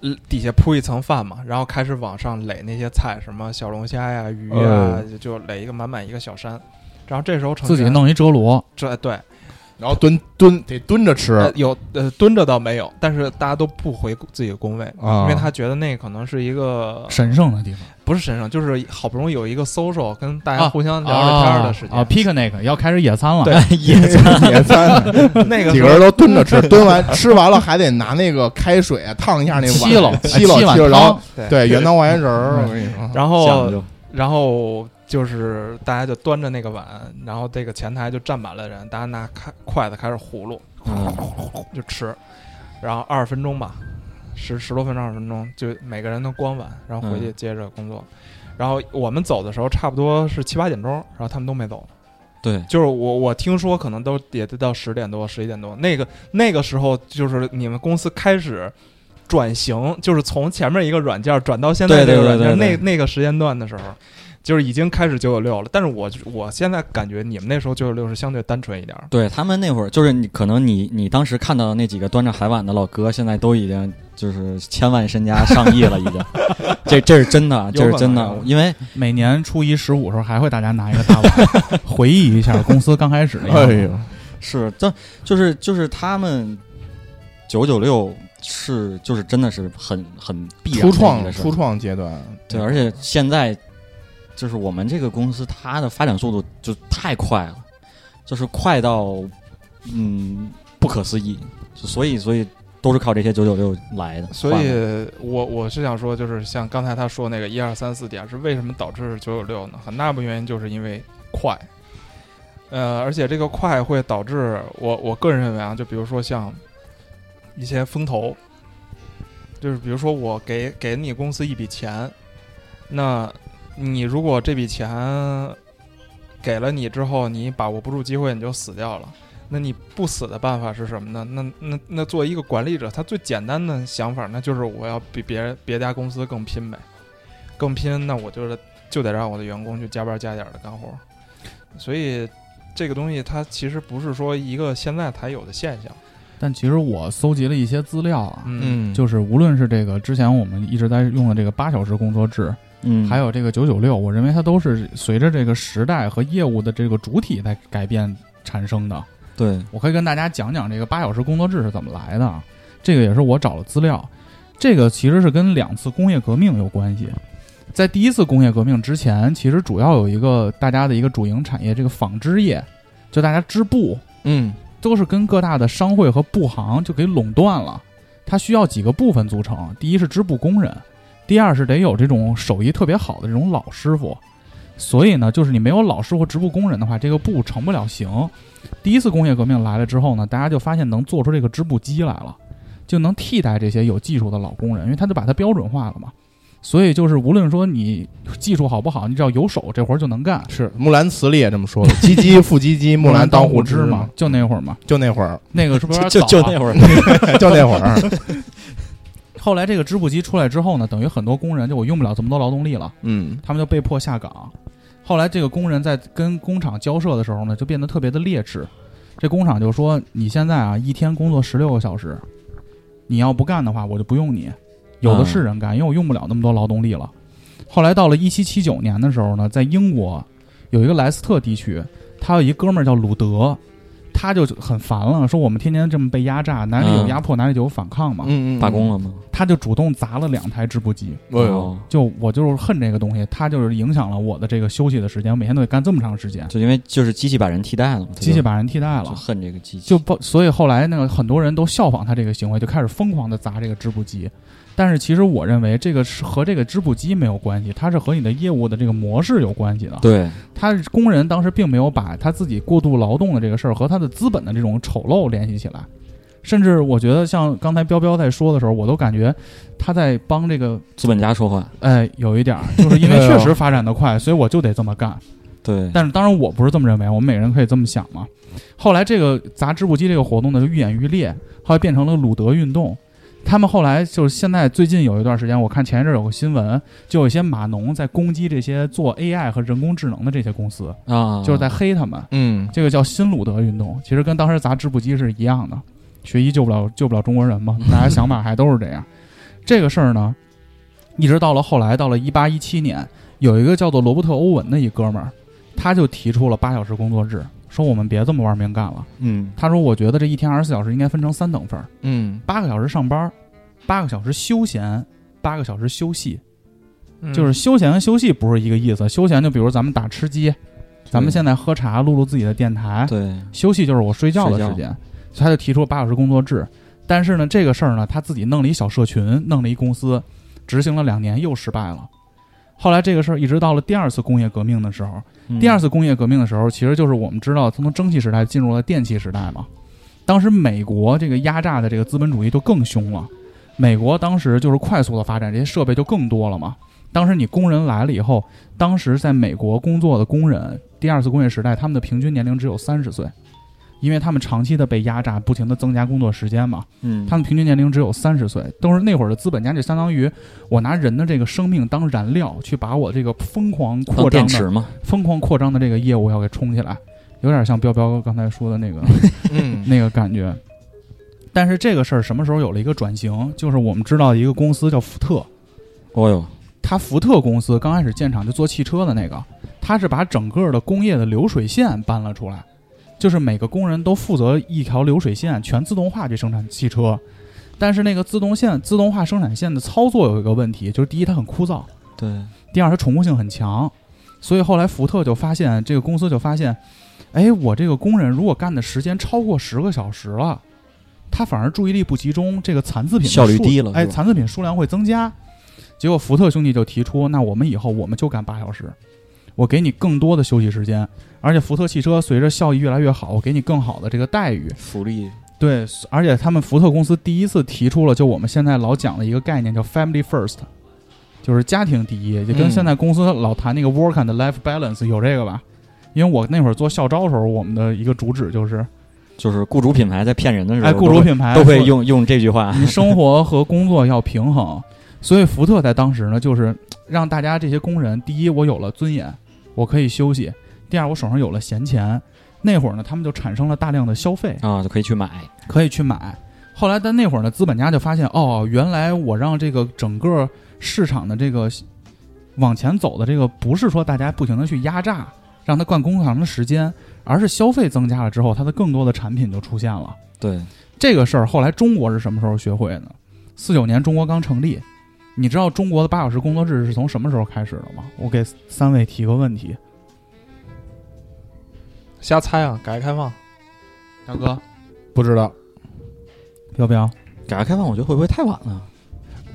呃底下铺一层饭嘛，然后开始往上垒那些菜，什么小龙虾呀、鱼呀，
哦
就就垒一个满满一个小山。然后这时候成
自己
员
弄一折箩，
这对、
然后蹲蹲得蹲着吃，
呃有呃蹲着倒没有，但是大家都不回自己的工位，
啊
因为他觉得那可能是一个
神圣的地方，
不是神圣，就是好不容易有一个 social 跟大家
啊
互相聊聊天儿的时间
啊，picnic 要开始野餐了，
对
也
野餐，
那个
几
时
个
候
人都蹲着吃，蹲完吃完了还得拿那个开水啊烫一下那碗，
沏了
沏了
沏碗
沏了，然后
汤
对元当万元人儿，
嗯
我跟你说，
然后
讲究
然后就是大家就端着那个碗，然后这个前台就站满了人，大家拿开筷子开始葫芦
嗯
就吃，然后二十分钟吧，十十多分钟二十分钟，就每个人都光碗，然后回去接着工作。然后我们走的时候差不多是七八点钟，然后他们都没走，
对，
就是我我听说可能都也得到十点多十一点多，那个那个时候就是你们公司开始转型，就是从前面一个软件转到现在
对
这
对
个软
对
件，
对对
那那个时间段的时候，就是已经开始九九六了。但是我我现在感觉你们那时候九九六是相对单纯一点儿，
对他们那会儿，就是你可能你你当时看到的那几个端着海碗的老哥，现在都已经就是千万身家上亿了，已 经。这这是真的，啊这是真
有可
的
能，
因为
每年初一十五时候还会大家拿一个大碗，回忆一下公司刚开始的
哎
样子。
哎呦，
是这就是就是他们九九六是就是真的是很很必然的
初
一
创
个事儿
初创阶段，
对，而且现在就是我们这个公司，它的发展速度就太快了，就是快到嗯不可思议，就所以所以都是靠这些九九六来的。
所
换
以
的
我我是想说，就是像刚才他说那个一二三四点是为什么导致九九六呢？很大部分原因就是因为快，呃，而且这个快会导致我我个人认为啊，就比如说像一些风投，就是比如说我给给你公司一笔钱，那你如果这笔钱给了你之后，你把握不住机会，你就死掉了。那你不死的办法是什么呢？那那那作为一个管理者，他最简单的想法，那就是我要比别人别家公司更拼呗，更拼，那我就是就得让我的员工去加班加点的干活。所以这个东西它其实不是说一个现在才有的现象。
但其实我搜集了一些资料啊，
嗯
嗯，
就是无论是这个之前我们一直在用的这个八小时工作制，
嗯，
还有这个九九六，我认为它都是随着这个时代和业务的这个主体在改变产生的。
对
我可以跟大家讲讲这个八小时工作制是怎么来的啊。这个也是我找了资料，这个其实是跟两次工业革命有关系。在第一次工业革命之前，其实主要有一个大家的一个主营产业，这个纺织业，就大家织布，
嗯，
都是跟各大的商会和布行就给垄断了。它需要几个部分组成：第一是织布工人，第二是得有这种手艺特别好的这种老师傅。所以呢，就是你没有老师或织布工人的话，这个布成不了型。第一次工业革命来了之后呢，大家就发现能做出这个织布机来了，就能替代这些有技术的老工人，因为他就把它标准化了嘛。所以就是无论说你技术好不好，你只要有手，这活儿就能干。
是木兰辞里也这么说的，唧唧复唧唧，木兰当户
户
织
织嘛，，就那会儿嘛，
就那会儿，
那个是不是有点
就就
早啊
那会儿，
就那会 儿，
后来这个织布机出来之后呢，等于很多工人就我用不了这么多劳动力了，
嗯，
他们就被迫下岗。后来这个工人在跟工厂交涉的时候呢，就变得特别的劣质。这工厂就说：“你现在啊，一天工作十六个小时，你要不干的话，我就不用你。有的是人干，因为我用不了那么多劳动力了。后来到了一七七九年的时候呢，在英国有一个莱斯特地区，他有一哥们儿叫鲁德，他就很烦了，说我们天天这么被压榨，哪里有
嗯
压迫哪里就有反抗嘛，
嗯嗯，
罢工了吗？
他就主动砸了两台织布机。
哎呦，
哦，
就我就是恨这个东西，它就是影响了我的这个休息的时间，我每天都得干这么长时间，
就因为就是机器把人替代了嘛，
机器把人替代
就
了。
恨这个机器，
就不，所以后来那个很多人都效仿他这个行为，就开始疯狂的砸这个织布机。但是其实我认为这个是和这个织布机没有关系，它是和你的业务的这个模式有关系的。
对，
他工人当时并没有把他自己过度劳动的这个事儿和他的资本的这种丑陋联系起来，甚至我觉得像刚才彪彪在说的时候，我都感觉他在帮这个
资本家说话，
哎有一点儿， 就是因为
对啊
确实发展的快，所以我就得这么干。
对，
但是当然我不是这么认为，我们每个人可以这么想嘛。后来这个砸织布机这个活动呢就愈演愈烈，后来变成了鲁德运动。他们后来就是现在最近有一段时间，我看前一阵儿有个新闻，就有一些码农在攻击这些做 AI 和人工智能的这些公司，
啊，
就是在黑他们。
嗯，
这个叫新鲁德运动，其实跟当时砸织布机是一样的，学医救不了救不了中国人嘛，大家想法还都是这样。这个事儿呢，一直到了后来，到了一八一七年，有一个叫做罗伯特·欧文的一哥们儿，他就提出了八小时工作制，说我们别这么玩命干了。
嗯
他说，我觉得这一天二十四小时应该分成三等份儿，
嗯，
八个小时上班，八个小时休闲，八个小时休息。
嗯
就是休闲跟休息不是一个意思，休闲就比如咱们打吃鸡，咱们现在喝茶，录录自己的电台，
对，
休息就是我睡觉的时
睡
间，所以他就提出八小时工作制。但是呢，这个事儿呢，他自己弄了一小社群，弄了一公司，执行了两年又失败了。后来这个事儿一直到了第二次工业革命的时候，
嗯
第二次工业革命的时候，其实就是我们知道从蒸汽时代进入了电气时代嘛。当时美国这个压榨的这个资本主义就更凶了，美国当时就是快速的发展，这些设备就更多了嘛。当时你工人来了以后，当时在美国工作的工人，第二次工业时代他们的平均年龄只有三十岁，因为他们长期的被压榨，不停的增加工作时间嘛。
嗯，
他们平均年龄只有三十岁，都是那会儿的资本家，就相当于我拿人的这个生命当燃料，去把我这个疯狂
当
扩张
电
的
池嘛，
疯狂扩张的这个业务要给冲起来，有点像彪彪刚才说的那个
嗯
那个感觉。但是这个事儿什么时候有了一个转型？就是我们知道一个公司叫福特，
哦哟，
它福特公司刚开始建厂就做汽车的那个，它是把整个的工业的流水线搬了出来，就是每个工人都负责一条流水线，全自动化去生产汽车。但是那个自动线、自动化生产线的操作有一个问题，就是第一它很枯燥，
对，
第二，它重复性很强，所以后来福特就发现，这个公司就发现，哎，我这个工人如果干的时间超过十个小时了，他反而注意力不集中，这个残次品的
效率
数
低了是
哎，
吧
残次品数量会增加。结果福特兄弟就提出，那我们以后我们就干八小时，我给你更多的休息时间，而且福特汽车随着效益越来越好，我给你更好的这个待遇。
福利，
对，而且他们福特公司第一次提出了就我们现在老讲的一个概念叫 “family first”，就是家庭第一，就跟
嗯
现在公司老谈那个 “work and life balance” 有这个吧？因为我那会儿做校招的时候，我们的一个主旨就是，
就是雇主品牌在骗人的时候，
哎，雇主品牌
都会
说
用用这句话，
你生活和工作要平衡。所以福特在当时呢，就是让大家这些工人，第一，我有了尊严，我可以休息；第二，我手上有了闲钱。那会儿呢，他们就产生了大量的消费，
啊，就可以去买，
可以去买。后来，但那会儿呢，资本家就发现，哦，原来我让这个整个市场的这个往前走的这个，不是说大家不停的去压榨，让它灌工厂的时间，而是消费增加了之后，它的更多的产品就出现了。
对，
这个事儿后来中国是什么时候学会的呢？四九年中国刚成立，你知道中国的八小时工作制是从什么时候开始的吗？我给三位提个问题，
瞎猜啊，改革开放
大哥，
不知道，
彪彪，
改革开放我觉得会不会太晚了？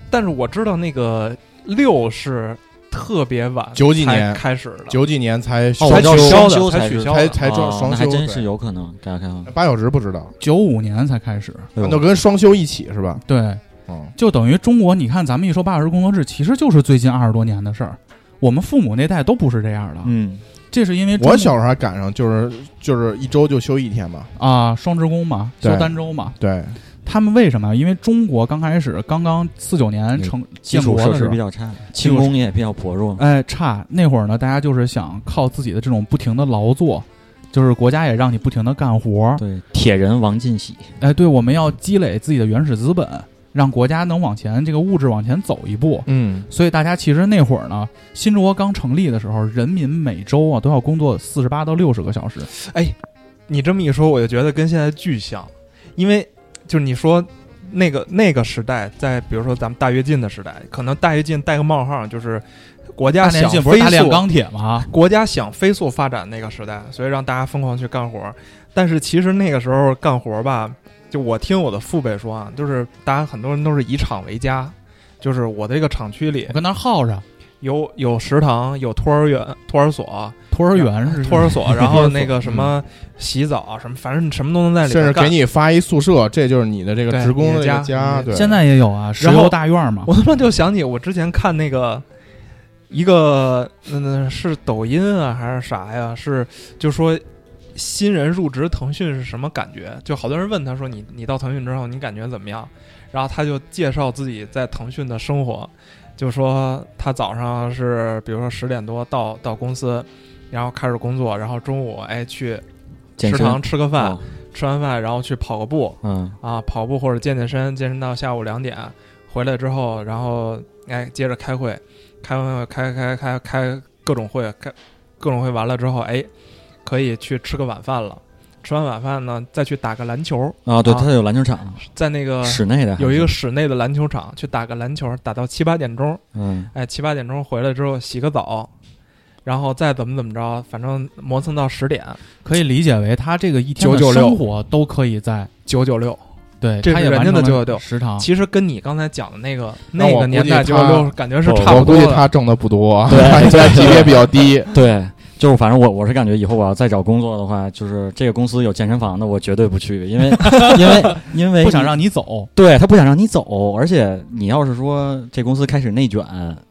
但是我知道那个六是特别晚，
99年
开始的，
九几年才
哦
双
我知道
休
休
双休
才
才
取
是
消
才
的
才装
啊
双
那
休
还
对，
真是有可能改革开放，
八小时不知道，
九五年才开始，
哎呦
那跟双休一起是
哦
吧？
对，
嗯，
就等于中国，你看咱们一说八小时工作制，其实就是最近二十多年的事儿。我们父母那代都不是这样的，
嗯，
这是因为中
我小时候还赶上，就是就是一周就休一天嘛。
啊、双职工嘛，休
对
单周嘛，
对，
他们为什么？因为中国刚开始刚刚四九
嗯
年成
基
建国
础设
的时
施
候
比，较差，轻工业比较薄弱，
哎，差那会儿呢，大家就是想靠自己的这种不停的劳作，就是国家也让你不停的干活儿，
对，铁人王进喜，
哎，对，我们要积累自己的原始资本，让国家能往前这个物质往前走一步。
嗯
所以大家其实那会儿呢，新中国刚成立的时候，人民每周啊都要工作四十八到六十个小时。
你这么一说，我就觉得跟现在巨像，因为就是你说那个那个时代，在比如说咱们大跃进的时代，可能大跃进带个冒号，就是国家
大连
想
进不
飞
是大炼
速，
钢铁吗？
国家想飞速发展那个时代，所以让大家疯狂去干活。但是其实那个时候干活吧，就我听我的父辈说啊，就是大家很多人都是以厂为家，就是我这个厂区里
我跟那儿耗着，
有有食堂，有托儿园、托儿所、
托儿园是
托 儿所，然
托儿
后
所嗯
那个什么洗澡什么，反正什么都能在里
甚
面
至
干
给。你发一宿舍，这就是你的这个
对
职工的这
你
个
的
家。
家
对，
现在也有啊，石
然
油
后
大院嘛。
我他妈就想起我之前看那个一个，嗯，是抖音啊还是啥呀？是就说新人入职腾讯是什么感觉？就好多人问他说你你到腾讯之后你感觉怎么样？然后他就介绍自己在腾讯的生活，就说他早上是比如说十点多到到公司，然后开始工作，然后中午哎去
健
食
身
堂吃个饭，
哦
吃完饭然后去跑个步，
嗯，
啊，跑步或者健健身，健身到下午两点，回来之后，然后哎接着开会，开完会开开开开各种会，开各种会完了之后，哎，可以去吃个晚饭了。吃完晚饭呢，再去打个篮球，
啊，对，
啊
它有篮球场，
在那个
室内的还
有一个
是，
室内的篮球场去打个篮球，打到七八点钟，
嗯，
哎，七八点钟回来之后洗个澡，然后再怎么怎么着，反正磨蹭到十点，
可以理解为他这个一天的
996
生活都可以在
九九六。
对，
这
他
是
也
人
完
家
成
的
了
996
食堂。
其实跟你刚才讲的那个
啊那我
那个年
估
代
计
九
他
九六感觉是
我
差
我
不多
估
的。
计他挣的不多，
对
他现在级别比较低。
对，就是反正我我是感觉以后我要再找工作的话，就是这个公司有健身房的，我绝对不去，因为 因为因为
不想让你走，
对他不想让你走，而且你要是说这公司开始内卷，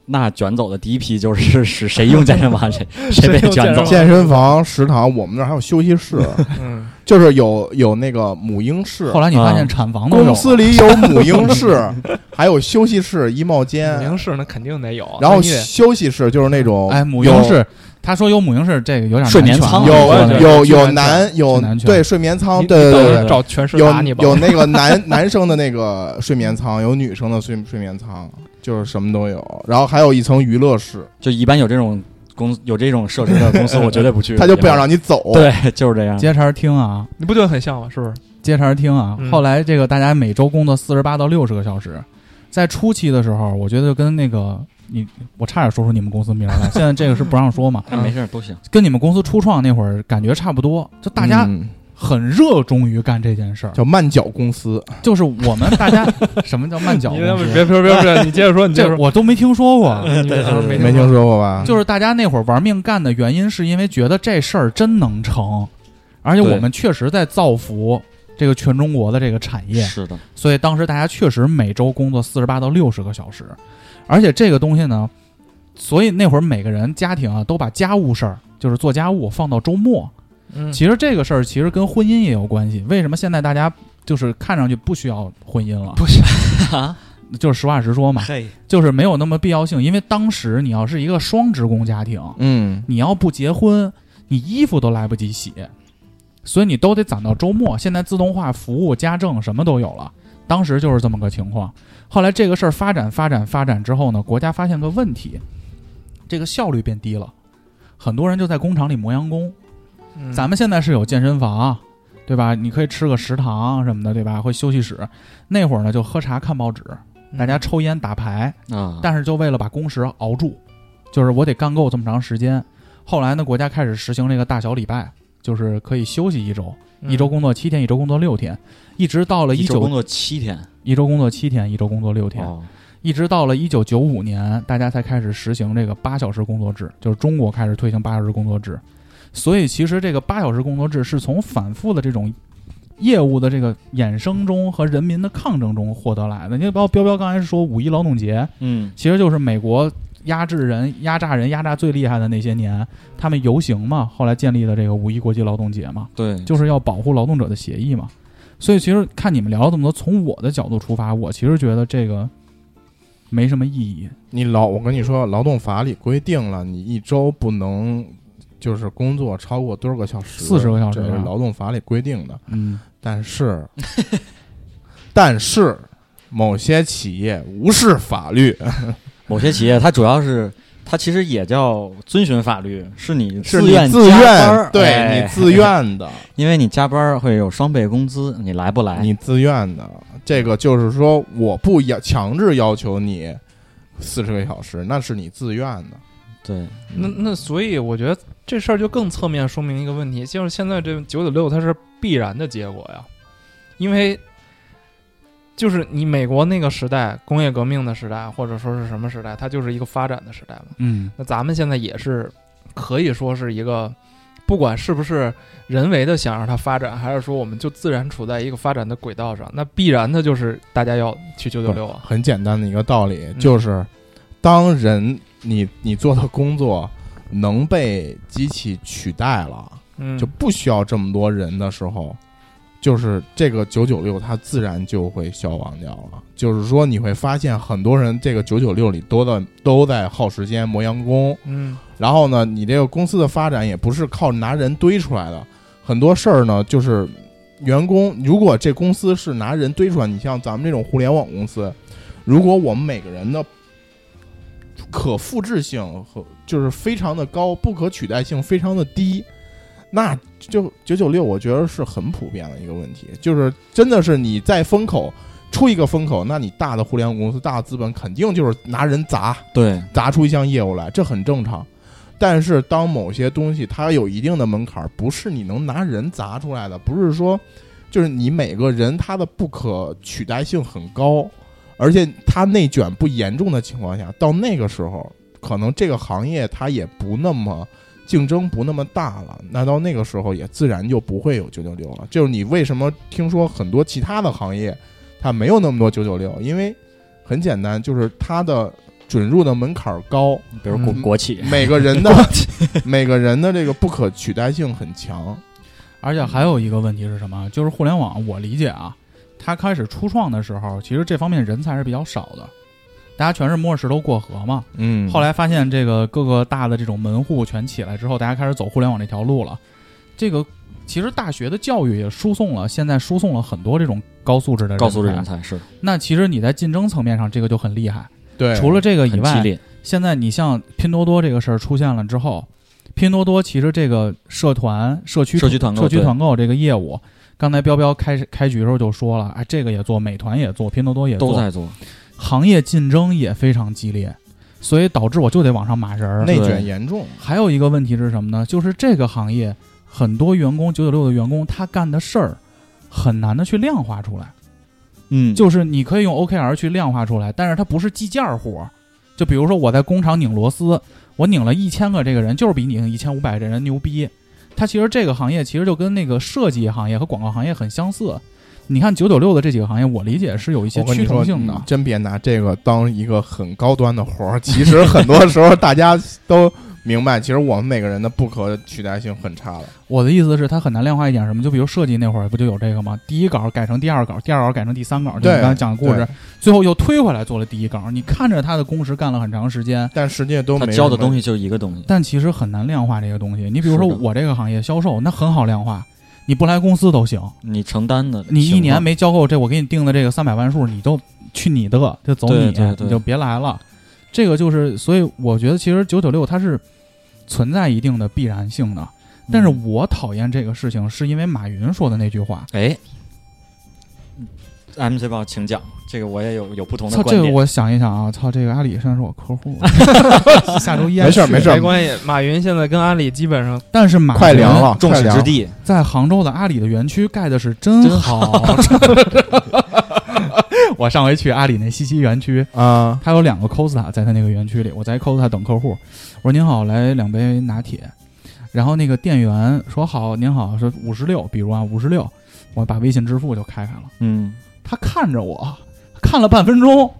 那卷走的第一批就是 是谁用健身房 谁谁被
谁用
卷
健
走
身。
健身房、食堂，我们那儿还有休息室，
嗯，
就是有有那个母婴室
哎后，来你
啊
发现产房都有
公司里有母婴室，还有休息室、衣帽
母婴
间，
室那肯定得有，
然后
那你得
休息室就是那种
哎，母
有
婴室，啊他说有母婴室，这个有点
睡眠
难
舱
选
我
对
有
也觉得
对
有
睡
有
眠
男有
睡眠圈
对睡眠舱，
你
对对
你到
对
时候
对
找全师
有
打你吧。
有那个男男生的那个睡眠舱，有女生的睡睡眠舱，就是什么都有。然后还有一层娱乐室，
就一般有这种公有这种设施 的公司，我绝对不去。
他就不想让你走。
对，就是这样。
接茬儿听啊，
你不觉得很像吗？是不是？
接茬儿听啊。
嗯
后来这个大家每周工作四十八到六十个小时，在初期的时候，我觉得跟那个你，我差点说出你们公司名儿来，现在这个是不让说嘛，
啊没事儿都行。
跟你们公司初创那会儿感觉差不多，就大家
嗯
很热衷于干这件事儿，
叫慢脚公司，
就是我们大家 什么叫慢脚
哦
你
公
别
司
别嗯别 别别，你接着说，你接着
这
说。
我都没听说过。
你别说没
没听说过吧？
就是大家那会儿玩命干的原因，是因为觉得这事儿真能成，而且
对
我们确实在造福这个全中国的这个产业，
是的，
所以当时大家确实每周工作四十八到六十个小时，而且这个东西呢，所以那会儿每个人家庭啊都把家务事儿，就是做家务放到周末。
嗯
其实这个事儿其实跟婚姻也有关系。为什么现在大家就是看上去不需要婚姻了？
不行，
就是实话实说嘛，
嘿，
就是没有那么必要性。因为当时你要是一个双职工家庭，
嗯，
你要不结婚，你衣服都来不及洗，所以你都得攒到周末。现在自动化服务、家政什么都有了，当时就是这么个情况。后来这个事儿发展、发展、发展之后呢，国家发现个问题，这个效率变低了，很多人就在工厂里磨洋工。
嗯
咱们现在是有健身房，对吧？你可以吃个食堂什么的，对吧？会休息室。那会儿呢，就喝茶、看报纸，大家抽烟、打牌，
啊，
但是就为了把工时熬住，就是我得干够这么长时间。后来呢，国家开始实行这个大小礼拜，就是可以休息一周，
嗯
一周工作七天，一周工作六天，一直到了
一
一
周工
九
作七天，
一周工作七天，一周工作六天，
哦，
一直到了一九九五年，大家才开始实行这个八小时工作制，就是中国开始推行八小时工作制。所以其实这个八小时工作制是从反复的这种业务的这个衍生中和人民的抗争中获得来的。你包括彪彪刚才说五一劳动节，
嗯，
其实就是美国压制人、压榨人、压榨最厉害的那些年，他们游行嘛，后来建立的这个五一国际劳动节嘛，
对，
就是要保护劳动者的协议嘛。所以其实看你们聊了这么多，从我的角度出发，我其实觉得这个没什么意义。
你劳，我跟你说，劳动法里规定了，你一周不能就是工作超过多少个小时，
40个小时
这是劳动法里规定的。
嗯，
但是，但是某些企业无视法律，
某些企业它主要是它其实也叫遵循法律，是你
是
自愿
你自
加班
愿，
儿
对
哎
你自愿的，
因为你加班儿会有双倍工资，你来不来？
你自愿的。这个就是说，我不要强制要求你四十个小时，那是你自愿的。
对，嗯
那那所以我觉得这事儿就更侧面说明一个问题，就是现在这九九六它是必然的结果呀，因为就是你美国那个时代，工业革命的时代，或者说是什么时代，它就是一个发展的时代嘛。
嗯，
那咱们现在也是可以说是一个，不管是不是人为的想让它发展，还是说我们就自然处在一个发展的轨道上，那必然的就是大家要去九九六啊。
很简单的一个道理，就是当人你你做的工作能被机器取代了，
嗯，
就不需要这么多人的时候，就是这个九九六它自然就会消亡掉了。就是说，你会发现很多人这个九九六里都在都在耗时间磨洋工，
嗯
然后呢，你这个公司的发展也不是靠拿人堆出来的，很多事儿呢就是员工，如果这公司是拿人堆出来，你像咱们这种互联网公司，如果我们每个人的可复制性和就是非常的高，不可取代性非常的低，那就九九六，我觉得是很普遍的一个问题，就是真的是你在风口出一个风口，那你大的互联网公司、大的资本肯定就是拿人砸，
对，
砸出一项业务来，这很正常。但是，当某些东西它有一定的门槛儿，不是你能拿人砸出来的，不是说就是你每个人他的不可取代性很高，而且它内卷不严重的情况下，到那个时候，可能这个行业它也不那么竞争不那么大了，那到那个时候也自然就不会有九九六了。就是你为什么听说很多其他的行业它没有那么多九九六？因为很简单，就是它的准入的门槛儿高，
比如国
嗯
国企，
每个 人的 每个人的这个不可取代性很强。
而且还有一个问题是什么？就是互联网，我理解啊，它开始初创的时候，其实这方面人才是比较少的，大家全是摸着石头过河嘛。
嗯
后来发现这个各个大的这种门户全起来之后，大家开始走互联网这条路了。这个其实大学的教育也输送了，现在输送了很多这种高素质的人才
高素质人。才是
那其实你在竞争层面上，这个就很厉害。
对，
除了这个以
很激
外，
烈，
现在你像拼多多这个事儿出现了之后，拼多多其实这个社团、社区、
社区团购
社区
对
团购这个业务，刚才彪彪开开局的时候就说了，哎，这个也做，美团也做，拼多多也做，
都在做。
行业竞争也非常激烈，所以导致我就得往上码人儿。
内
对
卷严重，
还有一个问题是什么呢？就是这个行业很多员工九九六的员工，他干的事儿很难的去量化出来。
嗯，
就是你可以用 OKR 去量化出来，但是它不是计件儿活儿。就比如说我在工厂拧螺丝，我拧了一千个这个人，就是比拧一千五百这人牛逼。它其实这个行业其实就跟那个设计行业和广告行业很相似。你看九九六的这几个行业，我理解是有一些
我跟
趋
你说
同，性的
你。真别拿这个当一个很高端的活儿。其实很多时候大家都明白，其实我们每个人的不可取代性很差的。
我的意思是，它很难量化一点什么，就比如设计那会儿不就有这个吗？第一稿改成第二稿，第二稿改成第三稿，就
对
你刚才讲的故事
对，
最后又推回来做了第一稿。你看着他的工时干了很长时间，
但世界都
他
没
教的东
西，
西就是一个东西，
但其实很难量化这个东西。你比如说
是的
我这个行业销售，那很好量化，你不来公司都行。
你承担的情况。
你一年没交够这，我给你定的这个三百万数，你都去你的，就走你，
对对对
你就别来了。这个就是，所以我觉得其实九九六它是存在一定的必然性的。
嗯，
但是我讨厌这个事情，是因为马云说的那句话。
哎，MC 报请讲，这个我也有有不同的
操，
观
这个
点。
我想一想啊，操，这个阿里虽然是我客 户，下周一
没事儿没事儿
没关系，马云现在跟阿里基本 上
但是马云
快凉了，
众
快
矢
凉
之
了。
的，
在杭州的阿里的园区盖的是真
真
好。 我上回去阿里那西溪园区，
啊！
它有两个 Costa 在它那个园区里，我在 Costa 等客户，我说您好，来两杯拿铁。然后那个店员说好，您好，说五十六，比如啊五十六，我把微信支付就开开了。
嗯，
他看着我，看了半分钟，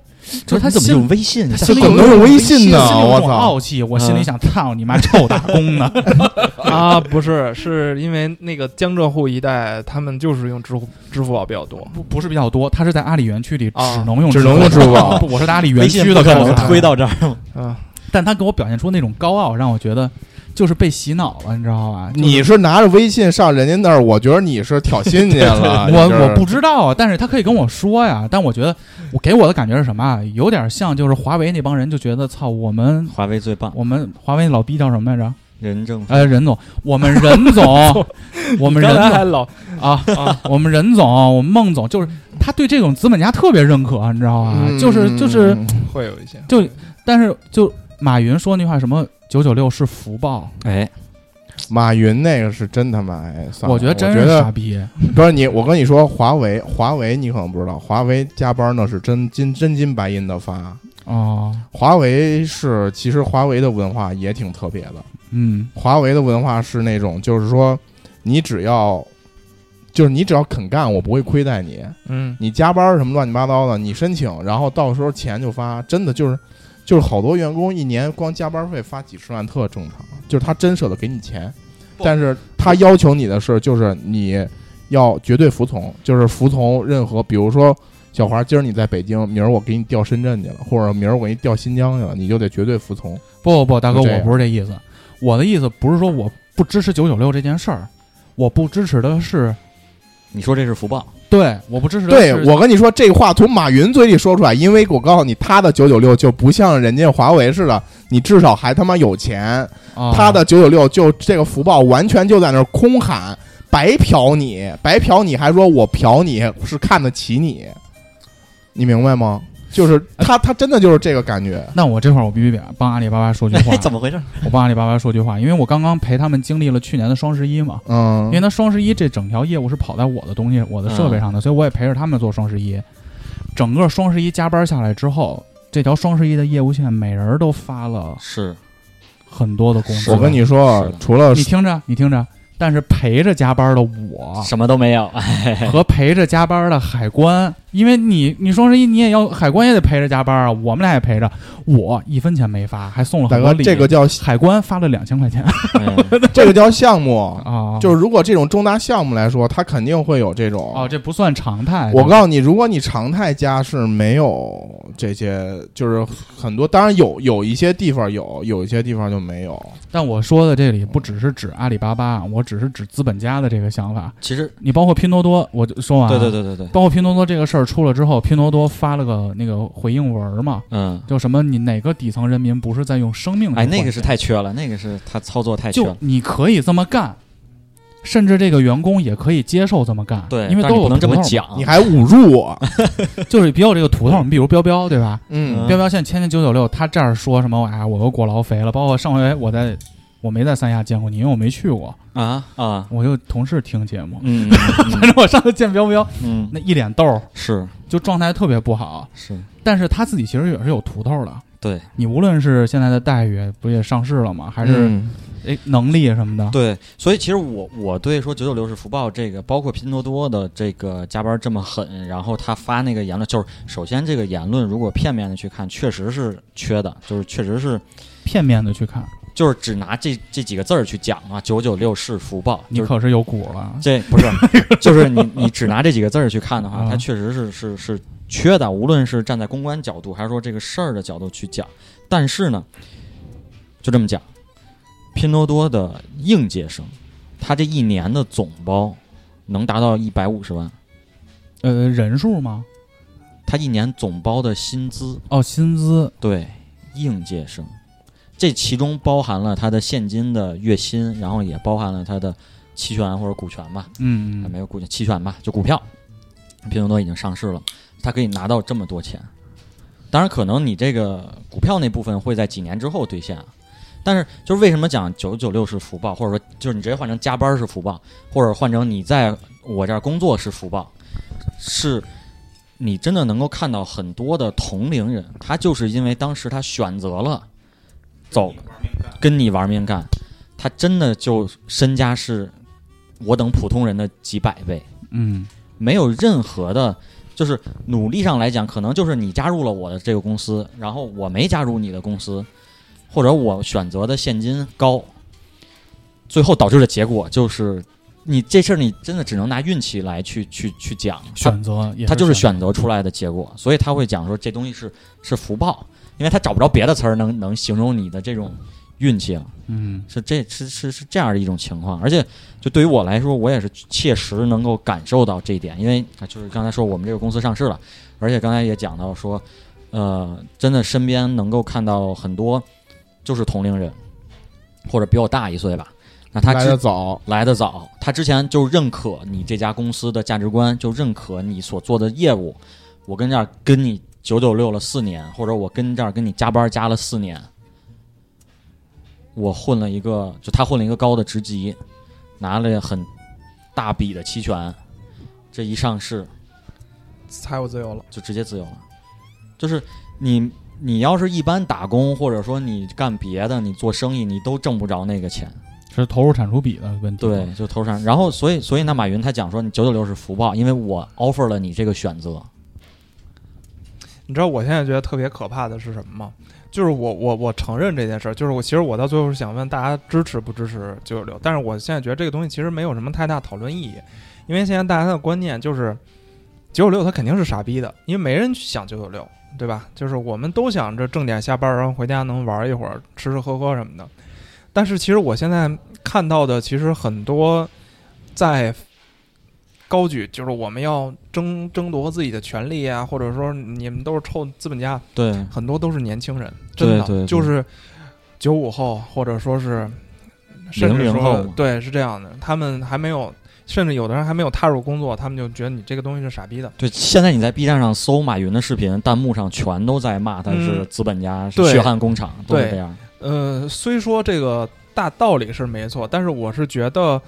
就是他
说他怎么
心
用微信？
他
这
心里
怎么
有一
有
种
微信呢
心里有一
我
种
操
傲气，我心里
嗯
想，操你妈臭打工呢！
啊，不是，是因为那个江浙沪一带，他们就是用支付支付宝比较多。
不不是比较多，他是在阿里园区里只
啊
能用
只能用支付宝
不我是在阿里园
微信
区的啊
不可
客户
能推到这儿吗？
啊，
但他给我表现出那种高傲，让我觉得就是被洗脑了，你知道吧？就是
你是拿着微信上人家那儿，我觉得你是挑衅去了。
我
你这
我不知道啊，但是他可以跟我说呀。但我觉得我给我的感觉是什么啊？有点像就是华为那帮人就觉得操，我们
华为最棒，
我们华为老逼叫什么来着？
任正非
呃，任总，我们 任总，我们任
刚才
总
还老
啊，我们任总，我们孟总，就是他对这种资本家特别认可，你知道吧？
嗯
就是就是，
会有一些，
就但是就马云说那话什么九九六是福报，
哎，
马云那个是真他妈哎，算了
我觉得真是
我觉
傻
得
逼。
不是你，我跟你说，华为华为你可能不知道，华为加班那是真金真金白银的发。
哦，
华为是其实华为的文化也挺特别的，
嗯
华为的文化是那种就是说，你只要就是你只要肯干，我不会亏待你。
嗯，
你加班什么乱七八糟的，你申请，然后到时候钱就发，真的就是就是好多员工一年光加班费发几十万特正常，就是他真舍得给你钱，但是他要求你的是就是你要绝对服从，就是服从任何，比如说。小华，今儿你在北京，明儿我给你调深圳去了，或者明儿我给你调新疆去了，你就得绝对服从。
不不不，大哥，
就这
我
样
不是这意思，我的意思不是说我不支持九九六这件事儿，我不支持的是，
你说这是福报，
对，我不支持的
对
是，
我跟你说，这话从马云嘴里说出来，因为我告诉你，他的九九六就不像人家华为似的，你至少还他妈有钱，
啊
他的九九六就这个福报完全就在那儿空喊，白嫖你，白嫖你，还说我嫖你是看得起你，你明白吗？就是
哎
他，他真的就是这个感觉。
那我这块儿我必须得帮阿里巴巴 说句话
哎，，怎么回事？
我帮阿里巴巴说句话，因为我刚刚陪他们经历了去年的双十一嘛，
嗯
因为，他双十一这整条业务是跑在我的东西、我的设备上的，所以我也陪着他们做双十一。整个双十一加班下来之后，这条双十一的业务线每人都发了
是
很多的工资。
我跟你说
是的，
除了
你听着，你听着，但是陪着加班的 我
什么都没有，
和陪着加班的海关，因为你你双十一你也要海关也得陪着加班啊，我们俩也陪着，我一分钱没发，还送了
大
很多
哥，
礼。
这个 叫
海关发了两 千块钱
哎
这个叫项目，
啊，
就是如果这种重大项目来说，他肯定会有这种
哦，这不算常态。
我
告
告诉你，如果你常态加是没有这些，就是很多，当然有有一些地方有，有一些地方就没有。
但我说的这里不只是指阿里巴巴，我只是指资本家的这个想法。
其实
你包括拼多多，我就说完、
对对
对。
对对对，
包括拼多多这个事儿出了之后，拼多多发了个那个回应文儿嘛，
嗯，
就什么你哪个底层人民不是在用生命去
哎，
换钱？
那个是太缺了，那个是他操作太缺
就
了，
你可以这么干，甚至这个员工也可以接受这么干，
对，
因为
但是
都
你
有
不能这么
图头嘛，
讲
你，还侮辱我，
就是比如这个图头，你比如彪彪对吧？
嗯
彪彪现在天天九九六，他这儿说什么哎，我又过劳肥了，包括上回我在我没在三亚见过你，因为我没去过，
啊啊，
我就同事听节目，
嗯
反正我上次见彪彪
嗯，嗯
那一脸痘儿，
是
就状态特别不好。
是，
但是他自己其实也是有图头的。
对
你无论是现在的待遇，不也上市了吗？还是
嗯
哎、能力什么的？
对，所以其实我我对说九九六是福报这个，包括拼多多的这个加班这么狠，然后他发那个言论，就是首先这个言论如果片面的去看，确实是缺的，就是确实是
片面的去看，
就是只拿这这几个字儿去讲啊，九九六是福报，
你
就是
可是有股了。
这不是，就是你你只拿这几个字儿去看的话，
啊
它确实是是是缺的，无论是站在公关角度，还是说这个事儿的角度去讲。但是呢，就这么讲，拼多多的应届生，他这一年的总包能达到一百五十万，
呃，人数吗？
他一年总包的薪资
哦，薪资
对应届生，这其中包含了他的现金的月薪，然后也包含了他的期权或者股权吧。
嗯
啊，
嗯
没有股权期权吧，就股票。拼多多已经上市了，它可以拿到这么多钱。当然，可能你这个股票那部分会在几年之后兑现啊。但是，就是为什么讲九九六是福报，或者说就是你直接换成加班是福报，或者换成你在我这儿工作是福报，是你真的能够看到很多的同龄人，他就是因为当时他选择了走跟你玩命干，他真的就身家是我等普通人的几百倍，
嗯
没有任何的，就是努力上来讲，可能就是你加入了我的这个公司，然后我没加入你的公司，或者我选择的现金高，最后导致的结果就是，你这事儿你真的只能拿运气来去去去讲，
选择也
他就是
选
选择出来的结果，所以他会讲说这东西是是福报，因为他找不着别的词儿能能形容你的这种运气了。
嗯
是这是是是这样的一种情况，而且就对于我来说，我也是切实能够感受到这一点，因为啊就是刚才说我们这个公司上市了，而且刚才也讲到说，呃，真的身边能够看到很多就是同龄人，或者比我大一岁吧，那他
来
之
的早，
来的早，他之前就认可你这家公司的价值观，就认可你所做的业务。我跟这儿跟你九九六了四年，或者我跟这儿跟你加班加了四年，我混了一个，就他混了一个高的职级，拿了很大笔的期权，这一上市
财务自由了。
就直接自由了。就是你你要是一般打工，或者说你干别的，你做生意，你都挣不着那个钱。
是投入产出比的问题。
对，就投产。然后，所以，所以那马云他讲说，你九九六是福报，因为我 offer 了你这个选择。
你知道我现在觉得特别可怕的是什么吗？就是我我我承认这件事儿，就是我其实我到最后是想问大家支持不支持九九六，但是我现在觉得这个东西其实没有什么太大讨论意义，因为现在大家的观念就是九九六它肯定是傻逼的，因为没人去想九九六，对吧？就是我们都想着正点下班，然后回家能玩一会儿，吃吃喝喝什么的。但是其实我现在看到的，其实很多在高举，就是我们要争争夺自己的权利啊，或者说你们都是臭资本家，
对，
很多都是年轻人，
对
真的
对对
就是九五后，或者说是甚至
00
说
后嘛
对，是这样的，他们还没有，甚至有的人还没有踏入工作，他们就觉得你这个东西是傻逼的。
对。现在你在 B 站上搜马云的视频，弹幕上全都在骂他是
嗯
资本家、是
对
血汗工厂，都是这样。
呃，虽说这个大道理是没错，但是我是觉得，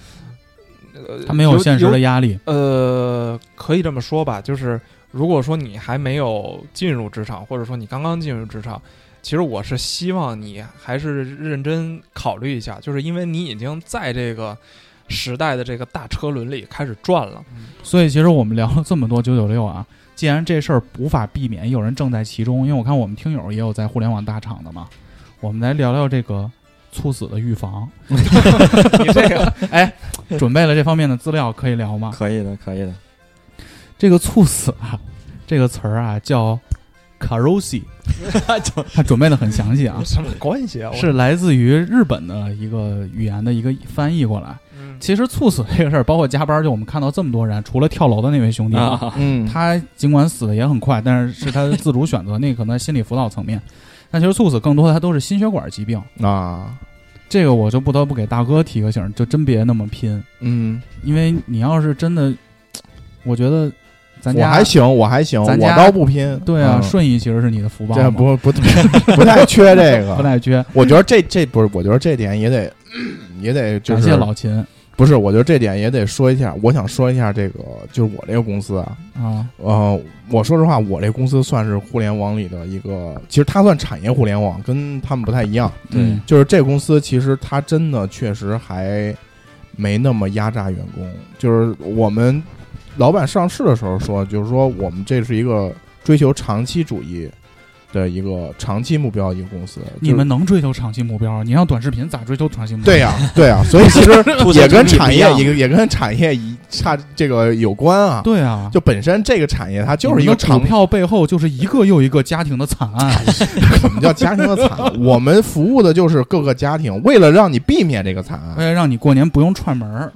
呃，
他没有现实的压力。
呃，可以这么说吧，就是如果说你还没有进入职场，或者说你刚刚进入职场，其实我是希望你还是认真考虑一下，就是因为你已经在这个时代的这个大车轮里开始转了。
所以其实我们聊了这么多九九六啊，既然这事儿无法避免，有人正在其中，因为我看我们听友也有在互联网大厂的嘛，我们来聊聊这个猝死的预防。
你这个
哎准备了这方面的资料，可以聊吗？
可以的，可以的。
这个猝死啊，这个词儿啊叫 karosi，他准备的很详细啊
有， 什么关系啊？我
是来自于日本的一个语言的一个翻译过来。
嗯
其实猝死这个事儿，包括加班，就我们看到这么多人，除了跳楼的那位兄弟啊，
啊，
嗯，
他尽管死的也很快，但是是他的自主选择，那可能心理辅导层面。 但其实猝死更多的它都是心血管疾病，
啊，
这个我就不得不给大哥提个醒儿，就真别那么拼，
嗯，
因为你要是真的，我觉得咱
我
家
还行，我还行，
咱
我
家
倒不拼。
对啊，
嗯
顺义其实是你的福报
这
嘛，
不不 不啊太缺这
不
个。
太缺。
我觉得这这不是，我觉得这点也得也得就
感
是
谢老秦
不是，我觉得这点也得说一下。我想说一下这个，就是我这个公司啊，
啊，
呃，我说实话，我这公司算是互联网里的一个，其实它算产业互联网，跟他们不太一样。
对
嗯
就是这公司其实它真的确实还没那么压榨员工。就是我们老板上市的时候说，就是说我们这是一个追求长期主义的一个长期目标的一个公司。就是
你们能追求长期目标？啊你让短视频咋追求长期目标？
对呀、对呀、所以其 实
兔子
也跟
跟你不
产
一
业
样
也也跟产业一差这个有关啊。
对啊，
就本身这个产业它就是一
你
个
们的
长
股票背后就是一个又一个家庭的惨案，啊
什么叫家庭的惨案？我们服务的就是各个家庭，为了让你避免这个惨
哎
案
为，了让你过年不用串 门儿，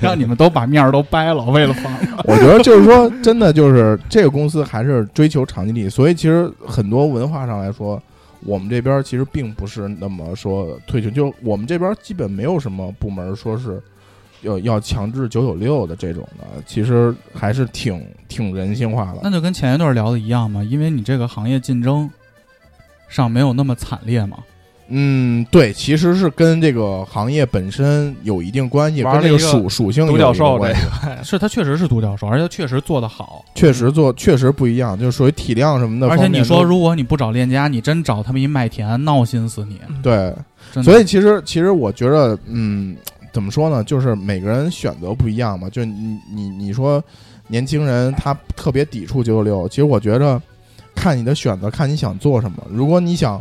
让你们都把面儿都掰了，为了防
我觉得就是说，真的就是这个公司还是追求长期利益，所以其实很多文化上来说，我们这边其实并不是那么说推行，就是我们这边基本没有什么部门说是要要强制九九六的这种的，其实还是挺挺人性化
那
的。
就跟前一段聊的一样嘛，因为你这个行业竞争上没有那么惨烈嘛。
嗯，对，其实是跟这个行业本身有一定关系，跟
玩了
这
一个
属属性有
独
一
角
定
兽
关
这
系。
是他确实是独角兽，而且确实做得好。
确实做确实不一样，就是属于体量什么的
而
方
且
面都。
你说，如果你不找链家，你真找他们一麦田，闹心死你！
对，嗯
真的
所以其实其实我觉得，嗯，怎么说呢？就是每个人选择不一样嘛。就你你你说，年轻人他特别抵触九九六，其实我觉着看你的选择，看你想做什么。如果你想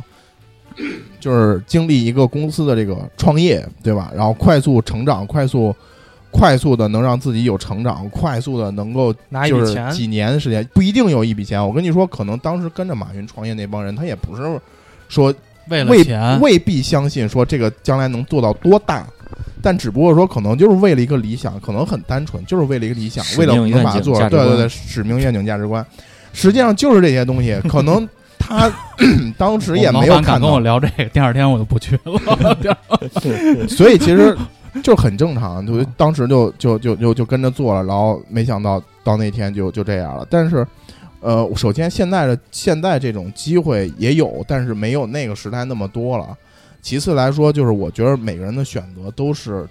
就是经历一个公司的这个创业，对吧？然后快速成长，快速。快速的能让自己有成长，快速的能够
拿一
就
笔
是
钱
几年的时间，不一定有一笔钱。我跟你说，可能当时跟着马云创业那帮人，他也不是说
为了
未
钱，
未必相信说这个将来能做到多大，但只不过说可能就是为了一个理想，可能很单纯，就是为了一个理想，
使
为了
命
能把它
愿景
做到。
价值
对
观
对对，使命、愿景、价值观，实际上就是这些东西。可能他 当时也
我
没
老
有
板敢
看
跟我
到，
聊这个，第二天我就不去 了。 第二
所以其实就是很正常，就当时就就就就就跟着做了，然后没想到到那天就就这样了。但是。呃，首先现在的现在这种机会也有，但是没有那个时代那么多了。其次来说，就是我觉得每个人的选择都是，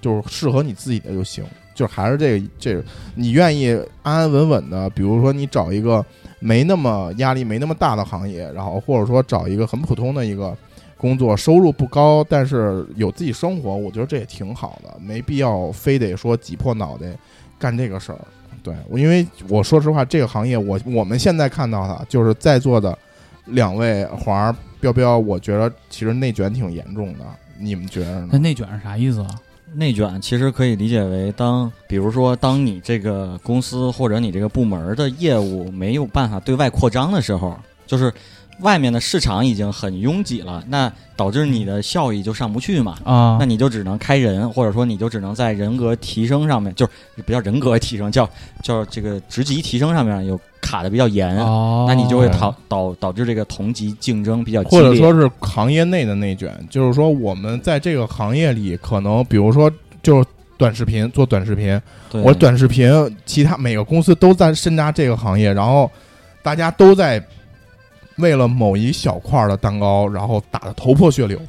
就是适合你自己的就行。就是还是这个这个，你愿意安安稳稳的，比如说你找一个没那么压力没那么大的行业，然后或者说找一个很普通的一个工作，收入不高，但是有自己生活，我觉得这也挺好的，没必要非得说挤破脑袋干这个事儿。对，我因为我说实话，这个行业我我们现在看到的，就是在座的两位华儿彪彪，我觉得其实内卷挺严重的，你们觉得呢？
那内卷是啥意思啊？
内卷其实可以理解为当，比如说当你这个公司或者你这个部门的业务没有办法对外扩张的时候，就是外面的市场已经很拥挤了，那导致你的效益就上不去嘛。
啊
那，你就只能开人，或者说你就只能在人格提升上面，就是不叫人格提升，叫叫这个职级提升上面有卡的比较严，
哦，
那你就会导导导致这个同级竞争比较呃激
或
烈，
者说是行业内的内卷，就是说我们在这个行业里，可能比如说就是短视频做短视频，
对
我短视频其他每个公司都在深扎这个行业，然后大家都在为了某一小块儿的蛋糕，然后打得头破血流。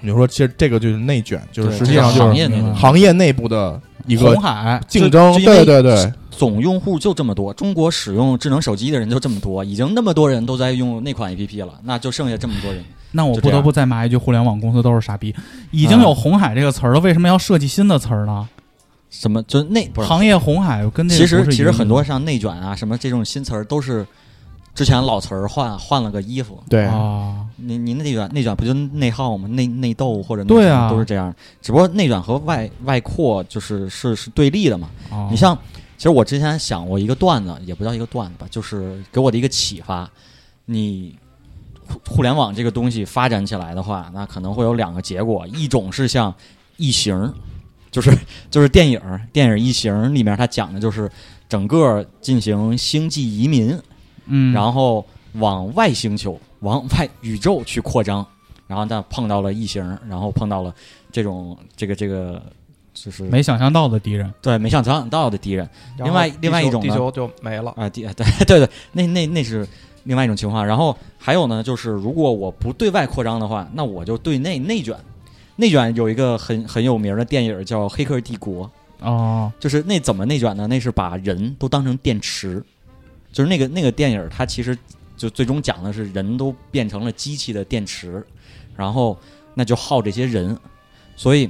你说，其实这个就是内卷，就是
对
实际上
这
就
个
是
行
嗯
业内的
行业内部的一个
红海，
竞争。
就就因
对
为
对对，
总用户就这么多，中国使用智能手机的人就这么多，已经那么多人都在用那款 APP 了，那就剩下这么多人。
那我
就这
不
样嗯
得不再骂一句，互联网公司都是傻逼。已经有红海这个词儿了，为什么要设计新的词儿呢？
什么？就那不是？
行业红海跟那个
其
不
实
是一
其实
个
很多像内卷啊，什么这种新词儿都是之前老词儿换换了个衣服。
对
啊，
你你内卷内卷不就内耗吗？内内斗或者内
对
卷
啊
都是这样。只不过内卷和外外扩就是是是对立的嘛。
哦
你像，其实我之前想过一个段子，也不叫一个段子吧，就是给我的一个启发。你互互联网这个东西发展起来的话，那可能会有两个结果，一种是像异形，就是就是电影儿电影《异形》里面它讲的就是整个进行星际移民，
嗯，
然后往外星球、往外宇宙去扩张，然后但碰到了异形，然后碰到了这种这个这个就是
没想象到的敌人，
对没想象到的敌人。
然后
另外
地球
另外一种呢
地球就没 了。
啊，第对 对对，那那那是另外一种情况。然后还有呢，就是如果我不对外扩张的话，那我就对内内卷。内卷有一个很很有名的电影叫《黑客帝国》，
哦，
就是那怎么内卷呢？那是把人都当成电池，就是那个那个电影，它其实就最终讲的是人都变成了机器的电池，然后那就耗这些人，所以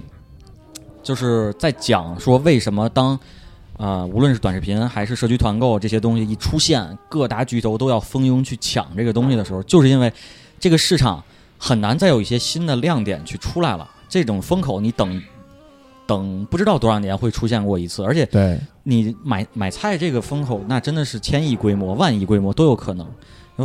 就是在讲说为什么当啊、呃无论是短视频还是社区团购这些东西一出现，各大巨头都要蜂拥去抢这个东西的时候，就是因为这个市场很难再有一些新的亮点去出来了。这种风口你等等不知道多少年会出现过一次，而且
对，
你买买菜这个风口，那真的是千亿规模、万亿规模都有可能，因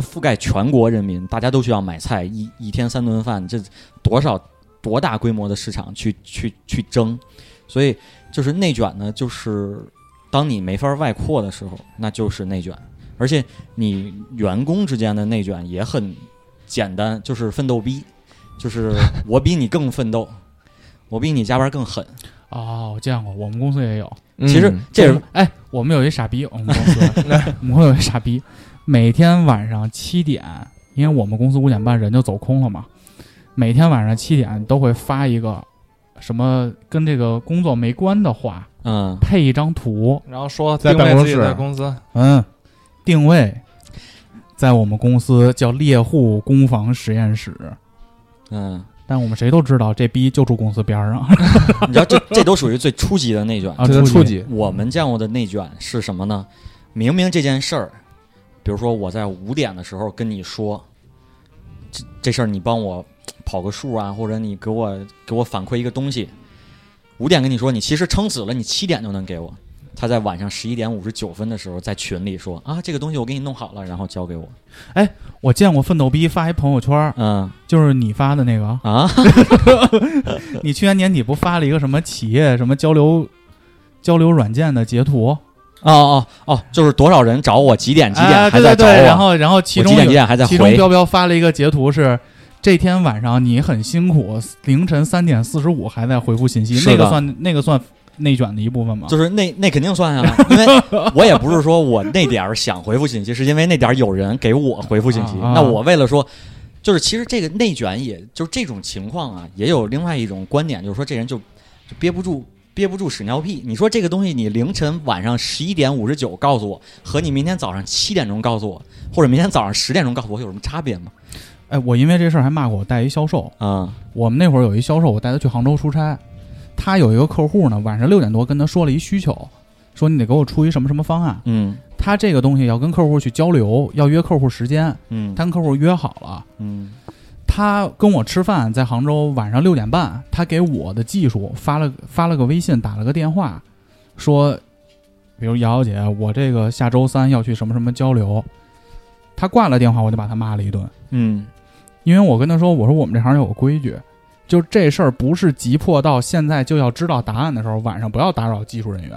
为覆盖全国人民，大家都需要买菜，一一天三顿饭，这多少多大规模的市场去去去争，所以就是内卷呢，就是当你没法外扩的时候，那就是内卷，而且你员工之间的内卷也很简单，就是奋斗逼，就是我比你更奋斗，我比你加班更狠，
哦，我见过，我们公司也有。
其实这
就是
是
哎，我们有一傻逼，我们公司，我们有一傻逼，每天晚上七点，因为我们公司五点半人就走空了嘛，每天晚上七点都会发一个什么跟这个工作没关的话，
嗯。
配一张图，
然后说
在
定
办
位
公
自己
室
在公司，
嗯，定位在我们公司叫猎户攻防实验室，
嗯
但我们谁都知道这逼就住公司边 儿上
你知道这这都属于最初级的内卷。
啊，
这是
出
初
去
级，
我们见过的内卷是什么呢？明明这件事儿，比如说我在五点的时候跟你说，这这事儿你帮我跑个数啊，或者你给我给我反馈一个东西。五点跟你说，你其实撑死了，你七点就能给我。他在晚上十一点五十九分的时候在群里说啊，这个东西我给你弄好了，然后交给我。
我见过奋斗逼发一朋友圈儿，
嗯
就是你发的那 个，
啊，
你去年年底不发了一个什么企业什么交流交流软件的截图？
哦哦哦，就是多少人找我，几点几
哎
点还
对
在
对
找
对
我，，
然后然后其
我
中
几点
有
几点还在
其中
回。
彪彪发了一个截图是。这天晚上你很辛苦，凌晨三点四十五还在回复信息，
是
那个
的
算那个算内卷的一部分吗？
就是那那肯定算啊，因为我也不是说我那点儿想回复信息，是因为那点儿有人给我回复信息。
啊啊
那我为了说，就是其实这个内卷也，就是这种情况啊，也有另外一种观点，就是说这人就就憋不住。憋不住屎尿屁，你说这个东西，你凌晨晚上十一点五十九告诉我，和你明天早上七点钟告诉我，或者明天早上十点钟告诉我，有什么差别吗？
哎，我因为这事儿还骂过我带一销售，
啊、
我们那会儿有一销售，我带他去杭州出差，他有一个客户呢，晚上六点多跟他说了一需求，说你得给我出一什么什么方案。
嗯，
他这个东西要跟客户去交流，要约客户时间，
嗯
他跟客户约好了。
嗯
他跟我吃饭，在杭州晚上六点半，他给我的技术发了发了个微信，打了个电话，说，比如瑶瑶姐，我这个下周三要去什么什么交流，他挂了电话，我就把他骂了一顿。
嗯
因为我跟他说，我说我们这行有个规矩，就这事儿不是急迫到现在就要知道答案的时候，晚上不要打扰技术人员。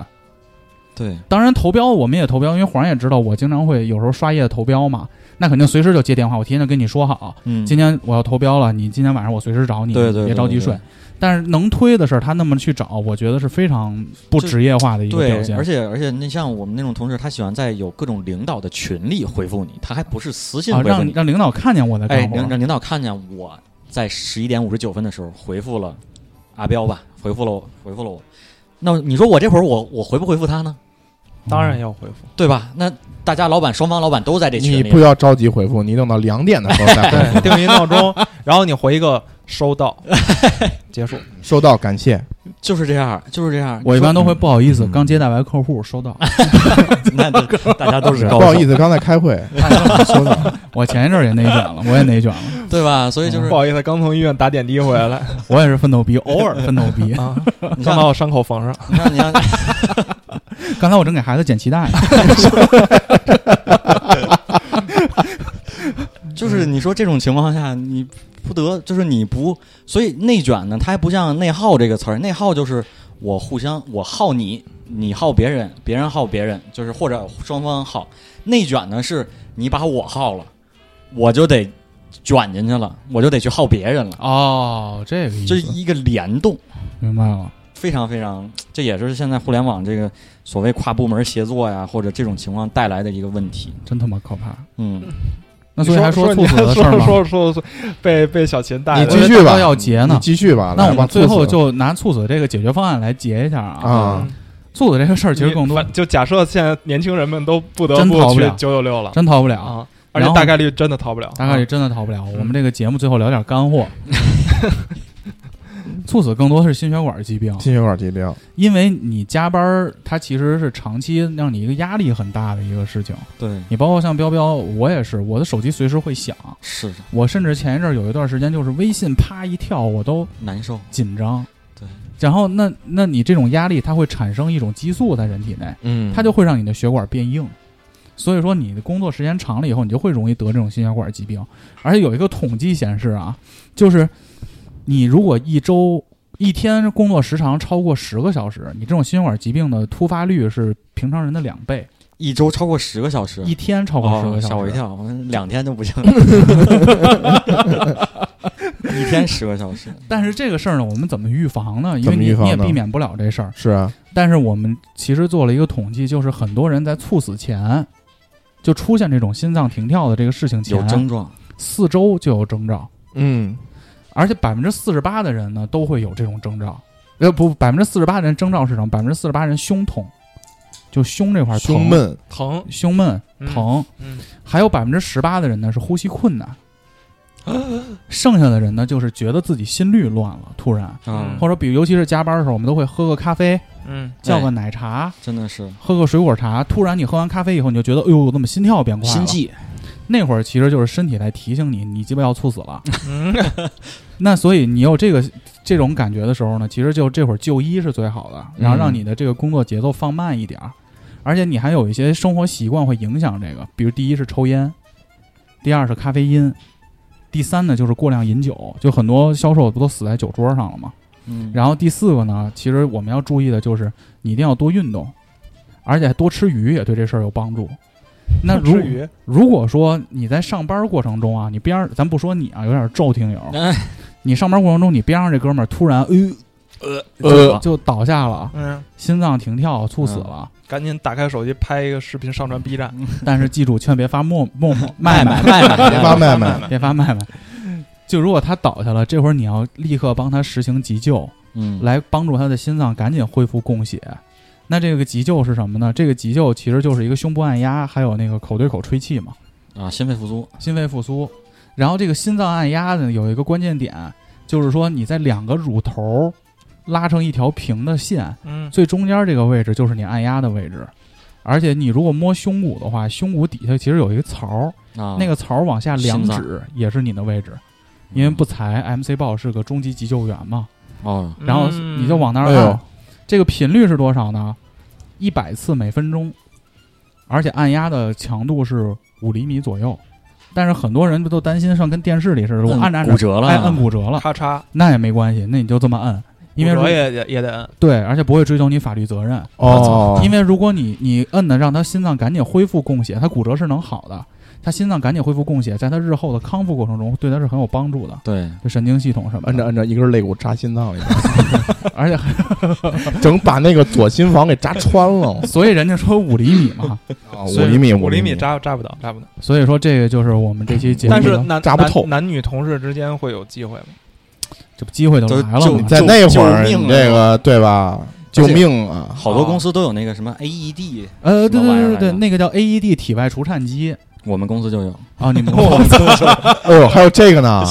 对，
当然投标我们也投标，因为黄也知道我经常会有时候刷夜投标嘛，那肯定随时就接电话，我提前就跟你说好，
嗯，
今天我要投标了，你今天晚上我随时找你，
对对对
别着急睡
对。
但是能推的事儿，他那么去找，我觉得是非常不职业化的一个
对
表，现。
而且而且，那像我们那种同事，他喜欢在有各种领导的群里回复你，他还不是私信
啊，
回复
让
你，
让领导看见我在
哎，
干活，
让让领导看见我在十一点五十九分的时候回复了阿彪吧，回复了我，回复了我。那你说我这会儿我我回不回复他呢？
当然要回复。
对吧？那大家老板双方老板都在这群
你
里
不，要着急回复，你等到两点的时候再 回
对，
复。
定一闹 钟，然后你回一个收到， 结束。
收到，感谢。
就是这样，就是这样。
我一般都会不好意思，
嗯
刚接待完客户收 到。
那那大家都是
啊不
高
好
手
意思，刚在开会。收到。
我前一阵儿也内卷了，我也内卷了。
对吧？所以就 是
不好意思，刚从医院打点滴回来啊，。
我也是奋斗逼，偶尔奋斗逼
刚
你像
把我伤口缝上。
你看你看，
刚才我正给孩子剪脐带呢，
就是你说这种情况下，你不得就是你不，所以内卷呢，它还不像内耗这个词儿，内耗就是我互相我耗你，你耗别人，别人耗别人，就是或者双方耗。内卷呢是你把我耗了，我就得卷进去了，我就得去耗别人了，
哦，这个意
这
思
是一个联动。
明白了。
非常非常，这也是现在互联网这个所谓跨部门协作呀，或者这种情况带来的一个问题。
真他妈可怕！
嗯，
那所以还
说
猝死的事儿
说
吗？
说说说，被被小秦带
你
了
继续
我以为
吧，
大哥要结呢
你继续吧。
那
来
我
吧
们最
猝
后
死
就拿猝死这个解决方案来结一下啊。
啊，
猝死这个事儿其实更多
反，就假设现在年轻人们都不得
真
不
逃不
去
了
九九六了
真逃不了，
啊，而且
然后啊
大概率真的逃不了，
大概率真的逃不了。我们这个节目最后聊点干货。猝死更多是心血管疾病，
心血管疾病，
因为你加班儿，它其实是长期让你一个压力很大的一个事情。
对，
你包括像彪彪，我也是，我的手机随时会响，
是
我甚至前一阵儿有一段时间，就是微信啪一跳，我都
难受。
紧张。
对，
然后那那你这种压力，它会产生一种激素在人体内，
嗯
它就会让你的血管变硬。所以说，你的工作时间长了以后，你就会容易得这种心血管疾病。而且有一个统计显示啊，就是你如果一周一天工作时长超过十个小时，你这种心血管疾病的突发率是平常人的两倍，
一周超过十个小时，
一天超过十
哦
个小时。
吓我一跳，我们两天 就不行了，一天十个小时。
但是这个事儿呢，我们怎么预防呢？因
怎
为
么
你
预防
你也
呢
避免不了这事儿。
是啊，
但是我们其实做了一个统计，就是很多人在猝死前就出现这种心脏停跳的这个事情
有
前
症状，
四周就有征兆，
嗯，
而且百分之四十八的人呢都会有这种征兆。呃，不，百分之四十八人征兆是什么？百分之四十八人胸痛，就胸这块儿疼
胸、闷，
疼。
胸闷
嗯
疼。
嗯
还有百分之十八的人呢是呼吸困 难，剩下的人呢就是觉得自己心率乱了，突然，
嗯，
或者比如尤其是加班的时候，我们都会喝个咖啡，
嗯，
叫个
哎
奶茶。
真的是
喝个水果茶，突然你喝完咖啡以后，你就觉得，哎呦，我怎么心跳变快了？
心悸，
那会儿其实就是身体在提醒你，你鸡巴要猝死 了。
嗯，
那所以你有这个这种感觉的时候呢，其实就这会儿就医是最好的，
嗯
然后让你的这个工作节奏放慢一点儿，而且你还有一些生活习惯会影响这个，比如第一是抽烟，第二是咖啡因，第三呢就是过量饮酒，就很多销售不都死在酒桌上了吗？
嗯，
然后第四个呢，其实我们要注意的就是你一定要多运动，而且多吃鱼也对这事儿有帮助。 那如
至于
如果说你在上班过程中啊，你边儿咱不说你啊，有点咒听友，
哎
你上班过程中你边上这哥们儿突然哎呦
呃
后
就就倒下了，
嗯，
心脏停跳猝死了。
赶紧打开手机拍一个视频上传 B 站，
但是记住，千万别发沫沫沫
卖
卖
卖卖卖，
别发卖卖，
别发麦麦。就如果他倒下了，这会儿你要立刻帮他实行急救，
嗯，
来帮助他的心脏赶紧恢复供血。那这个急救是什么呢？这个急救其实就是一个胸部按压，还有那个口对口吹气嘛，
啊，心肺复苏，
心肺复苏。然后这个心脏按压呢，有一个关键点，就是说你在两个乳头拉成一条平的线，
嗯，
最中间这个位置就是你按压的位置。而且你如果摸胸骨的话，胸骨底下其实有一个槽儿，
啊，
那个槽儿往下两
心脏
指也是你的位置，因为不才 MC 豹是个中级急救员嘛，
哦，
然后
嗯
你就往那儿
哎呦
按。这个频率是多少呢？一百次每分钟，而且按压的强度是五厘米左右。但是很多人不都担心像跟电视里似的，我
嗯
按着按着
骨折了
啊
哎，摁骨折了，
嗯咔嚓，
那也没关系，那你就这么摁，因为
骨
如
折也也也得
啊
摁，
对，而且不会追究你法律责任。
哦，
因为如果你你摁的让他心脏赶紧恢复供血，他骨折是能好的，他心脏赶紧恢复供血，在他日后的康复过程中对他是很有帮助的，
对，
对神经系统什么
摁着
的，
摁着一根肋骨扎心脏里，
而且还，
整把那个左心房给扎穿了
所以人家说五厘米嘛，
啊
所
五
以
厘米，
五厘
米
米，扎扎不到，扎不到。
所以说这个就是我们这期节目的，
但是男
扎不透
男，男女同事之间会有忌讳吗？
这不机会都
就
来了
就
嘛，
在那会儿
救
你
命啊
这个对吧？救命啊！
好多公司都有那个什么 E AED，
呃，对
什么玩意
对对
儿
对，
来着
那个叫 AED 体外除颤机
我们公司就有，
啊，你们跟我
哎呦，还有这个呢。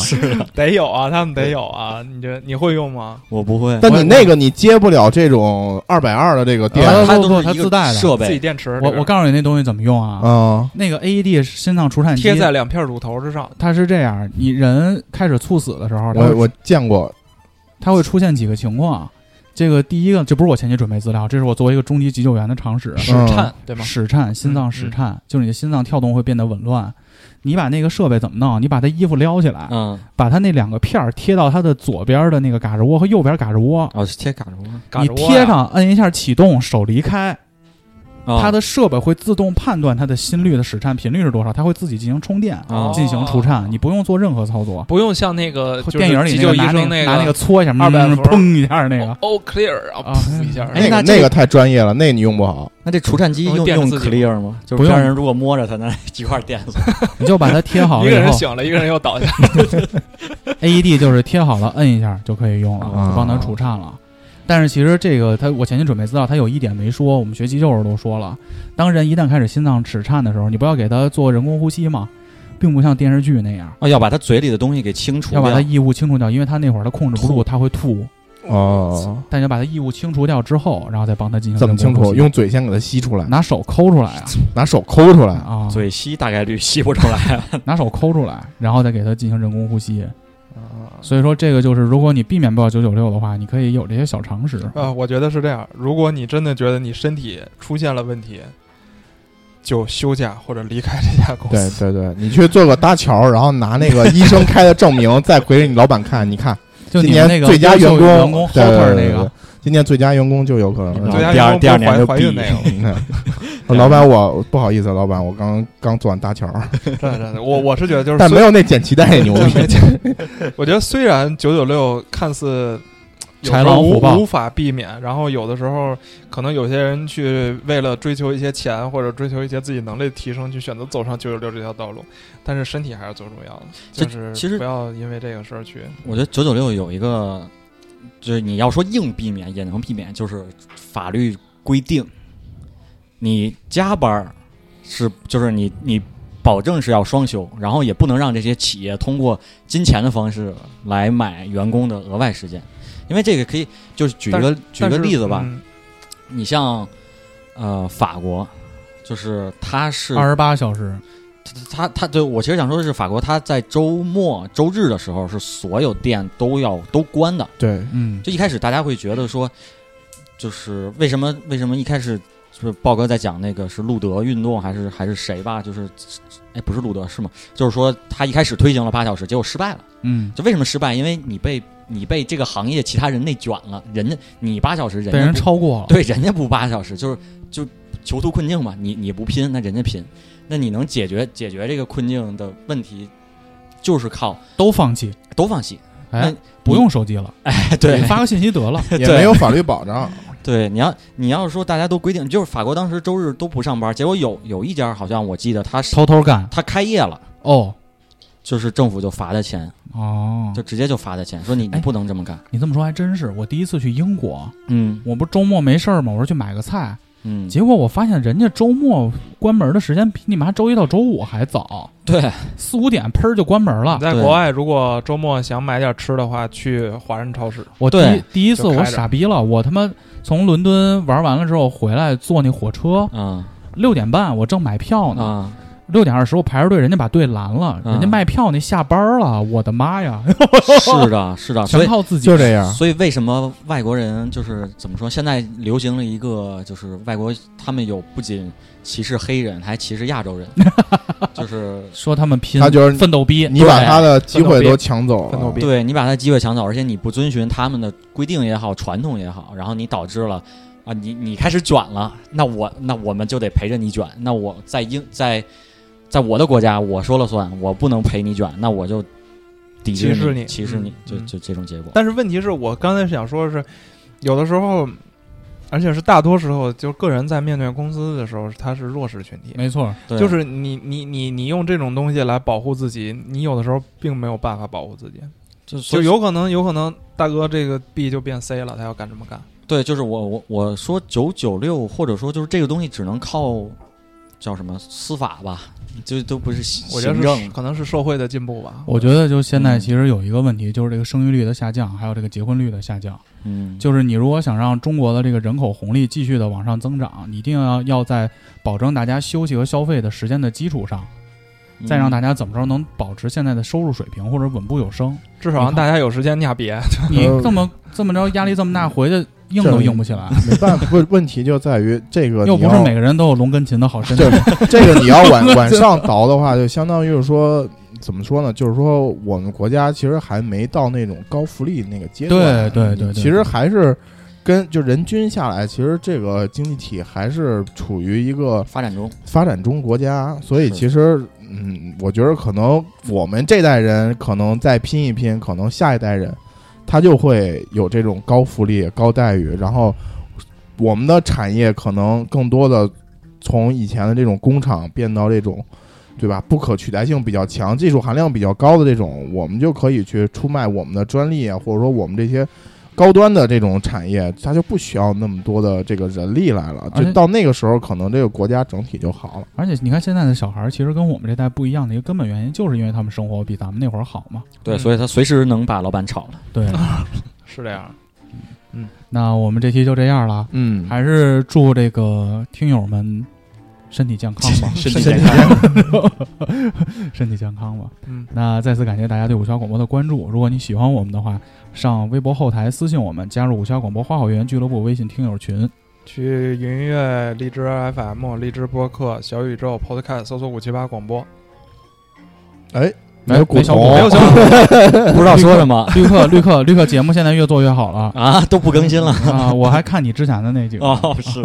得有啊，他们得有啊。你这你会用吗？
我不会，
但你那个你接不了这种二百二的这个电
啊
它
不
都
不
是
它
一个
自带的
设
自己
备，
电池，
我我告诉你那东西怎么用啊，
啊，
那个 AED 心脏除颤机
贴在两片乳头之上，
它是这样，你人开始猝死的时候，它
我
会
我见过，
它会出现几个情况。啊这个第一个，这不是我前期准备资料，这是我作为一个中级急救员的常识。
室颤对吗？
室颤，心脏室颤，就是你的心脏跳动会变得紊乱。你把那个设备怎么弄？你把他衣服撩起来，
嗯，
把他那两个片儿贴到他的左边的那个嘎吱窝和右边嘎吱窝，
哦，是贴嘎吱窝，
嘎
你
吱窝呀
贴，上摁一下启动，手离开，
啊
它的设备会自动判断它的心率的室颤频率是多少，它会自己进行充电，
啊
进行除颤，你不用做任何操作。
不用像那个呃就是
电影里
急
那
救
个
医
拿那
生
个拿
个
那个搓一下，
200
嗯
伏
砰一下 那个，
all clear，然后
啊
噗一下，
哎
嗯那个
那这个
那个太专业了，那你用不好。
那这除颤机
哦
用
电着
用
自己
Clear 吗？就
不
是
用
让人如果摸着它，那 一块儿电死。
你就把它贴哎好
一
了
个
以
人
后
醒了，一个人 又倒下。
，AED E 就是贴好了摁一下就可以用了，
啊
就帮它除颤了。但是其实这个它，我前期准备资料，它有一点没说，我们学急救时候都说了，当人一旦开始心脏室颤的时候，你不要给他做人工呼吸嘛，并不像电视剧那样。
哦，要把它嘴里的东西给清除
要把它
掉。
异物清除掉，因为他那会儿他控制不住，他会吐。
哦，
但你要把它异物清除掉之后，然后再帮他进行
怎么
人
清
工呼
楚？
吸
用嘴先给它吸出来，
拿手抠出来 啊
拿手抠出来。
啊，
嘴吸大概率吸不出来，
拿手抠出来，然后再给它进行人工呼吸。
啊
所以说，这个就是如果你避免不了九九六的话，你可以有这些小常识。
啊，我觉得是这样。如果你真的觉得你身体出现了问题，就休假或者离开这家公
对
司。
对对，你去做个搭桥，然后拿那个医生开的证 明，再回给你老板看，你看
就
今
你
年
们那个
最佳
优秀
员
员
工
工后
对
腿
对
儿那
对对
个，
今年最佳员工就有可能
然
是
后
对。家
第
员工
二第二年
怀
就
怀
毙
孕那
嗯
个
老板，我不好意思，老板，我刚刚做完搭桥，
真的真的， 我我是觉得就是
但
虽
没有那捡脐带也牛
对
逼
没。我觉得虽然九九六看似有
豺
时候
狼
无
虎豹
无法避免，然后有的时候可能有些人去为了追求一些钱或者追求一些自己能力的提升，去选择走上九九六这条道路，但是身体还是最重要的，
这
就是
其实
不要因为这个事儿去
我觉得九九六有一个，就是你要说硬避免也能避免，就是法律规定，你加班儿是就是你你保证是要双休，然后也不能让这些企业通过金钱的方式来买员工的额外时间，因为这个可以就是举一个举一
但
个
是
例子吧，
嗯
你像呃法国，就是它是
二十八小时，
他他对我其实想说的是，法国他在周末周日的时候是所有店都要都关的。
对，
嗯，
就一开始大家会觉得说，就是为什么为什么一开始就是豹哥在讲那个是路德运动还是还是谁吧？就是哎不是路德是吗？就是说他一开始推行了八小时，结果失败了。
嗯，
就为什么失败？因为你被你被这个行业其他人内卷了，人家你八小时，人
被
家
人
不
超过了，
对，人家不八小时，就是就囚徒困境嘛，你你不拼，那人家拼，那你能解决解决这个困境的问题，就是靠
都放弃，
都放弃，
哎
那，
不用手机了，
哎，对
你，发个信息得了，
也没有法律保障。
对，你要你要是说大家都规定，就是法国当时周日都不上班，结果有有一家好像我记得他是
偷偷 干
他开业了，
哦
就是政府就罚他钱，
哦
就，直接就罚他钱，说你你
哎
不能这么干，
你这么说还真是，我第一次去英国，
嗯
我不是周末没事儿吗？我说去买个菜，
嗯，
结果我发现人家周末关门的时间比你妈周一到周五还早，
对，
四五点喷儿就关门了
你。在
啊对
国外，如果周末想买点吃的话，去华人超市。
我第
对
一第一次
就开
我
着
傻逼了，我他妈从伦敦玩完了之后回来坐那火车，
啊
六点半我正买票呢，
啊，
六点二十我排着队，人家把队拦了，
嗯
人家卖票那下班了，我的妈呀，
是的，是的，所
全
以。
靠啊自己。
啊就这样，
所以为什么外国人就是怎么说？现在流行了一个，就是外国他们有不仅歧视黑人，还歧视亚洲人， 就是
说他们拼，
他觉得
奋斗逼，
你把他的机会都抢走
奋斗
了
逼。
对你把他机会抢走，而且你不遵循他们的规定也好，传统也好，然后你导致了啊，你你开始卷了，那我那我们就得陪着你卷。那我在英在在我的国家我说了算，我不能陪你卷，那我就抵制
歧视
你，
你
歧视你，就
嗯
就这种结果。
但是问题是我刚才想说的是，有的时候，而且是大多时候，就是个人在面对公司的时候，他是弱势群体。
没错，
对
就是你你你你用这种东西来保护自己，你有的时候并没有办法保护自己，
就所
就
以
有可能有可能大哥这个 B 就变 C 了，他要敢这么干。
对，就是我我我说九九六，或者说就是这个东西只能靠叫什么司法吧，就都不是
我觉
行
得是
政。
可能是社会的进步吧。
我觉得就现在
嗯
其实有一个问题，就是这个生育率的下降，还有这个结婚率的下降。
嗯，
就是你如果想让中国的这个人口红利继续的往上增长，你一定要要在保证大家休息和消费的时间的基础上，
嗯
再让大
家
家怎么着能保持现在的收入水平或者稳步有升。
至
嗯
少让大家有时间压别。
你这么这么着压力这么大，回去硬都硬不起来。
没办法，问问题就在于这个
又
你
不是
要
每个人都有龙根琴的好身体
对。 这个你要往往上倒的话，就相当于是说，怎么说呢？就是说，我们国家其实还没到那种高福利那个阶段。啊
对对对对
其实还是跟就人均下来，其实这个经济体还是处于一个
发展中，
发展中国家，所以
是
其实，嗯，我觉得可能我们这代人可能再拼一拼，可能下一代人他就会有这种高福利、高待遇，然后我们的产业可能更多的从以前的这种工厂变到这种，对吧？不可取代性比较强、技术含量比较高的这种，我们就可以去出卖我们的专利啊，或者说我们这些。高端的这种产业，它就不需要那么多的这个人力来了。
而且
就到啊那个时候，可能这个国家整体就好了。
而且你看现在的小孩儿，其实跟我们这代不一样的一个根本原因，就是因为他们生活比咱们那会儿好嘛。
对，
嗯
所以他随时能把老板炒 了。
对，
是这样，
那我们这期就这样了，
嗯
还是祝这个听友们身体健康吧，
身体
健
健
康， 身体健康吧。
嗯，
那再次感谢大家对五七八广播的关注。如果你喜欢我们的话，上微博后台私信我们，加入五七八广播花好园俱乐部微信听友群。
去云音乐、荔枝 FM、荔枝播客、小宇宙、Podcast 搜索五七八广播。
哎，
没
有古
没小
铜，
股
没有 小伙
不知道说什么
绿客，绿客，绿客节目现在越做越好了
啊，都不更新了。
啊！我还看你之前的那几个，
哦，是，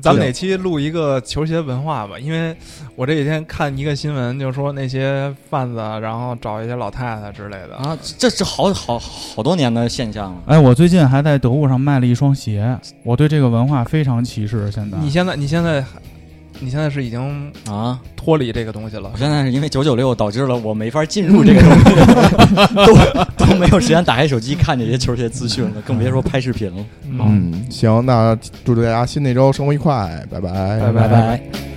咱们哪期录一个球鞋文化吧？因为我这几天看一个新闻，就说那些贩子，然后找一些老太太之类的。
啊，这是好好好多年的现象了。
哎，我最近还在得物上卖了一双鞋，我对这个文化非常歧视。现在
你现在，你现在，你现在是已经
啊！
脱离这个东西了
我。现在是因为九九六导致了我没法进入这个东西， 都都没有时间打开手机看这些球鞋资讯了，更别说拍视频了。
嗯
嗯，行，那祝大家新的一周生活愉快，拜拜，
拜拜
拜。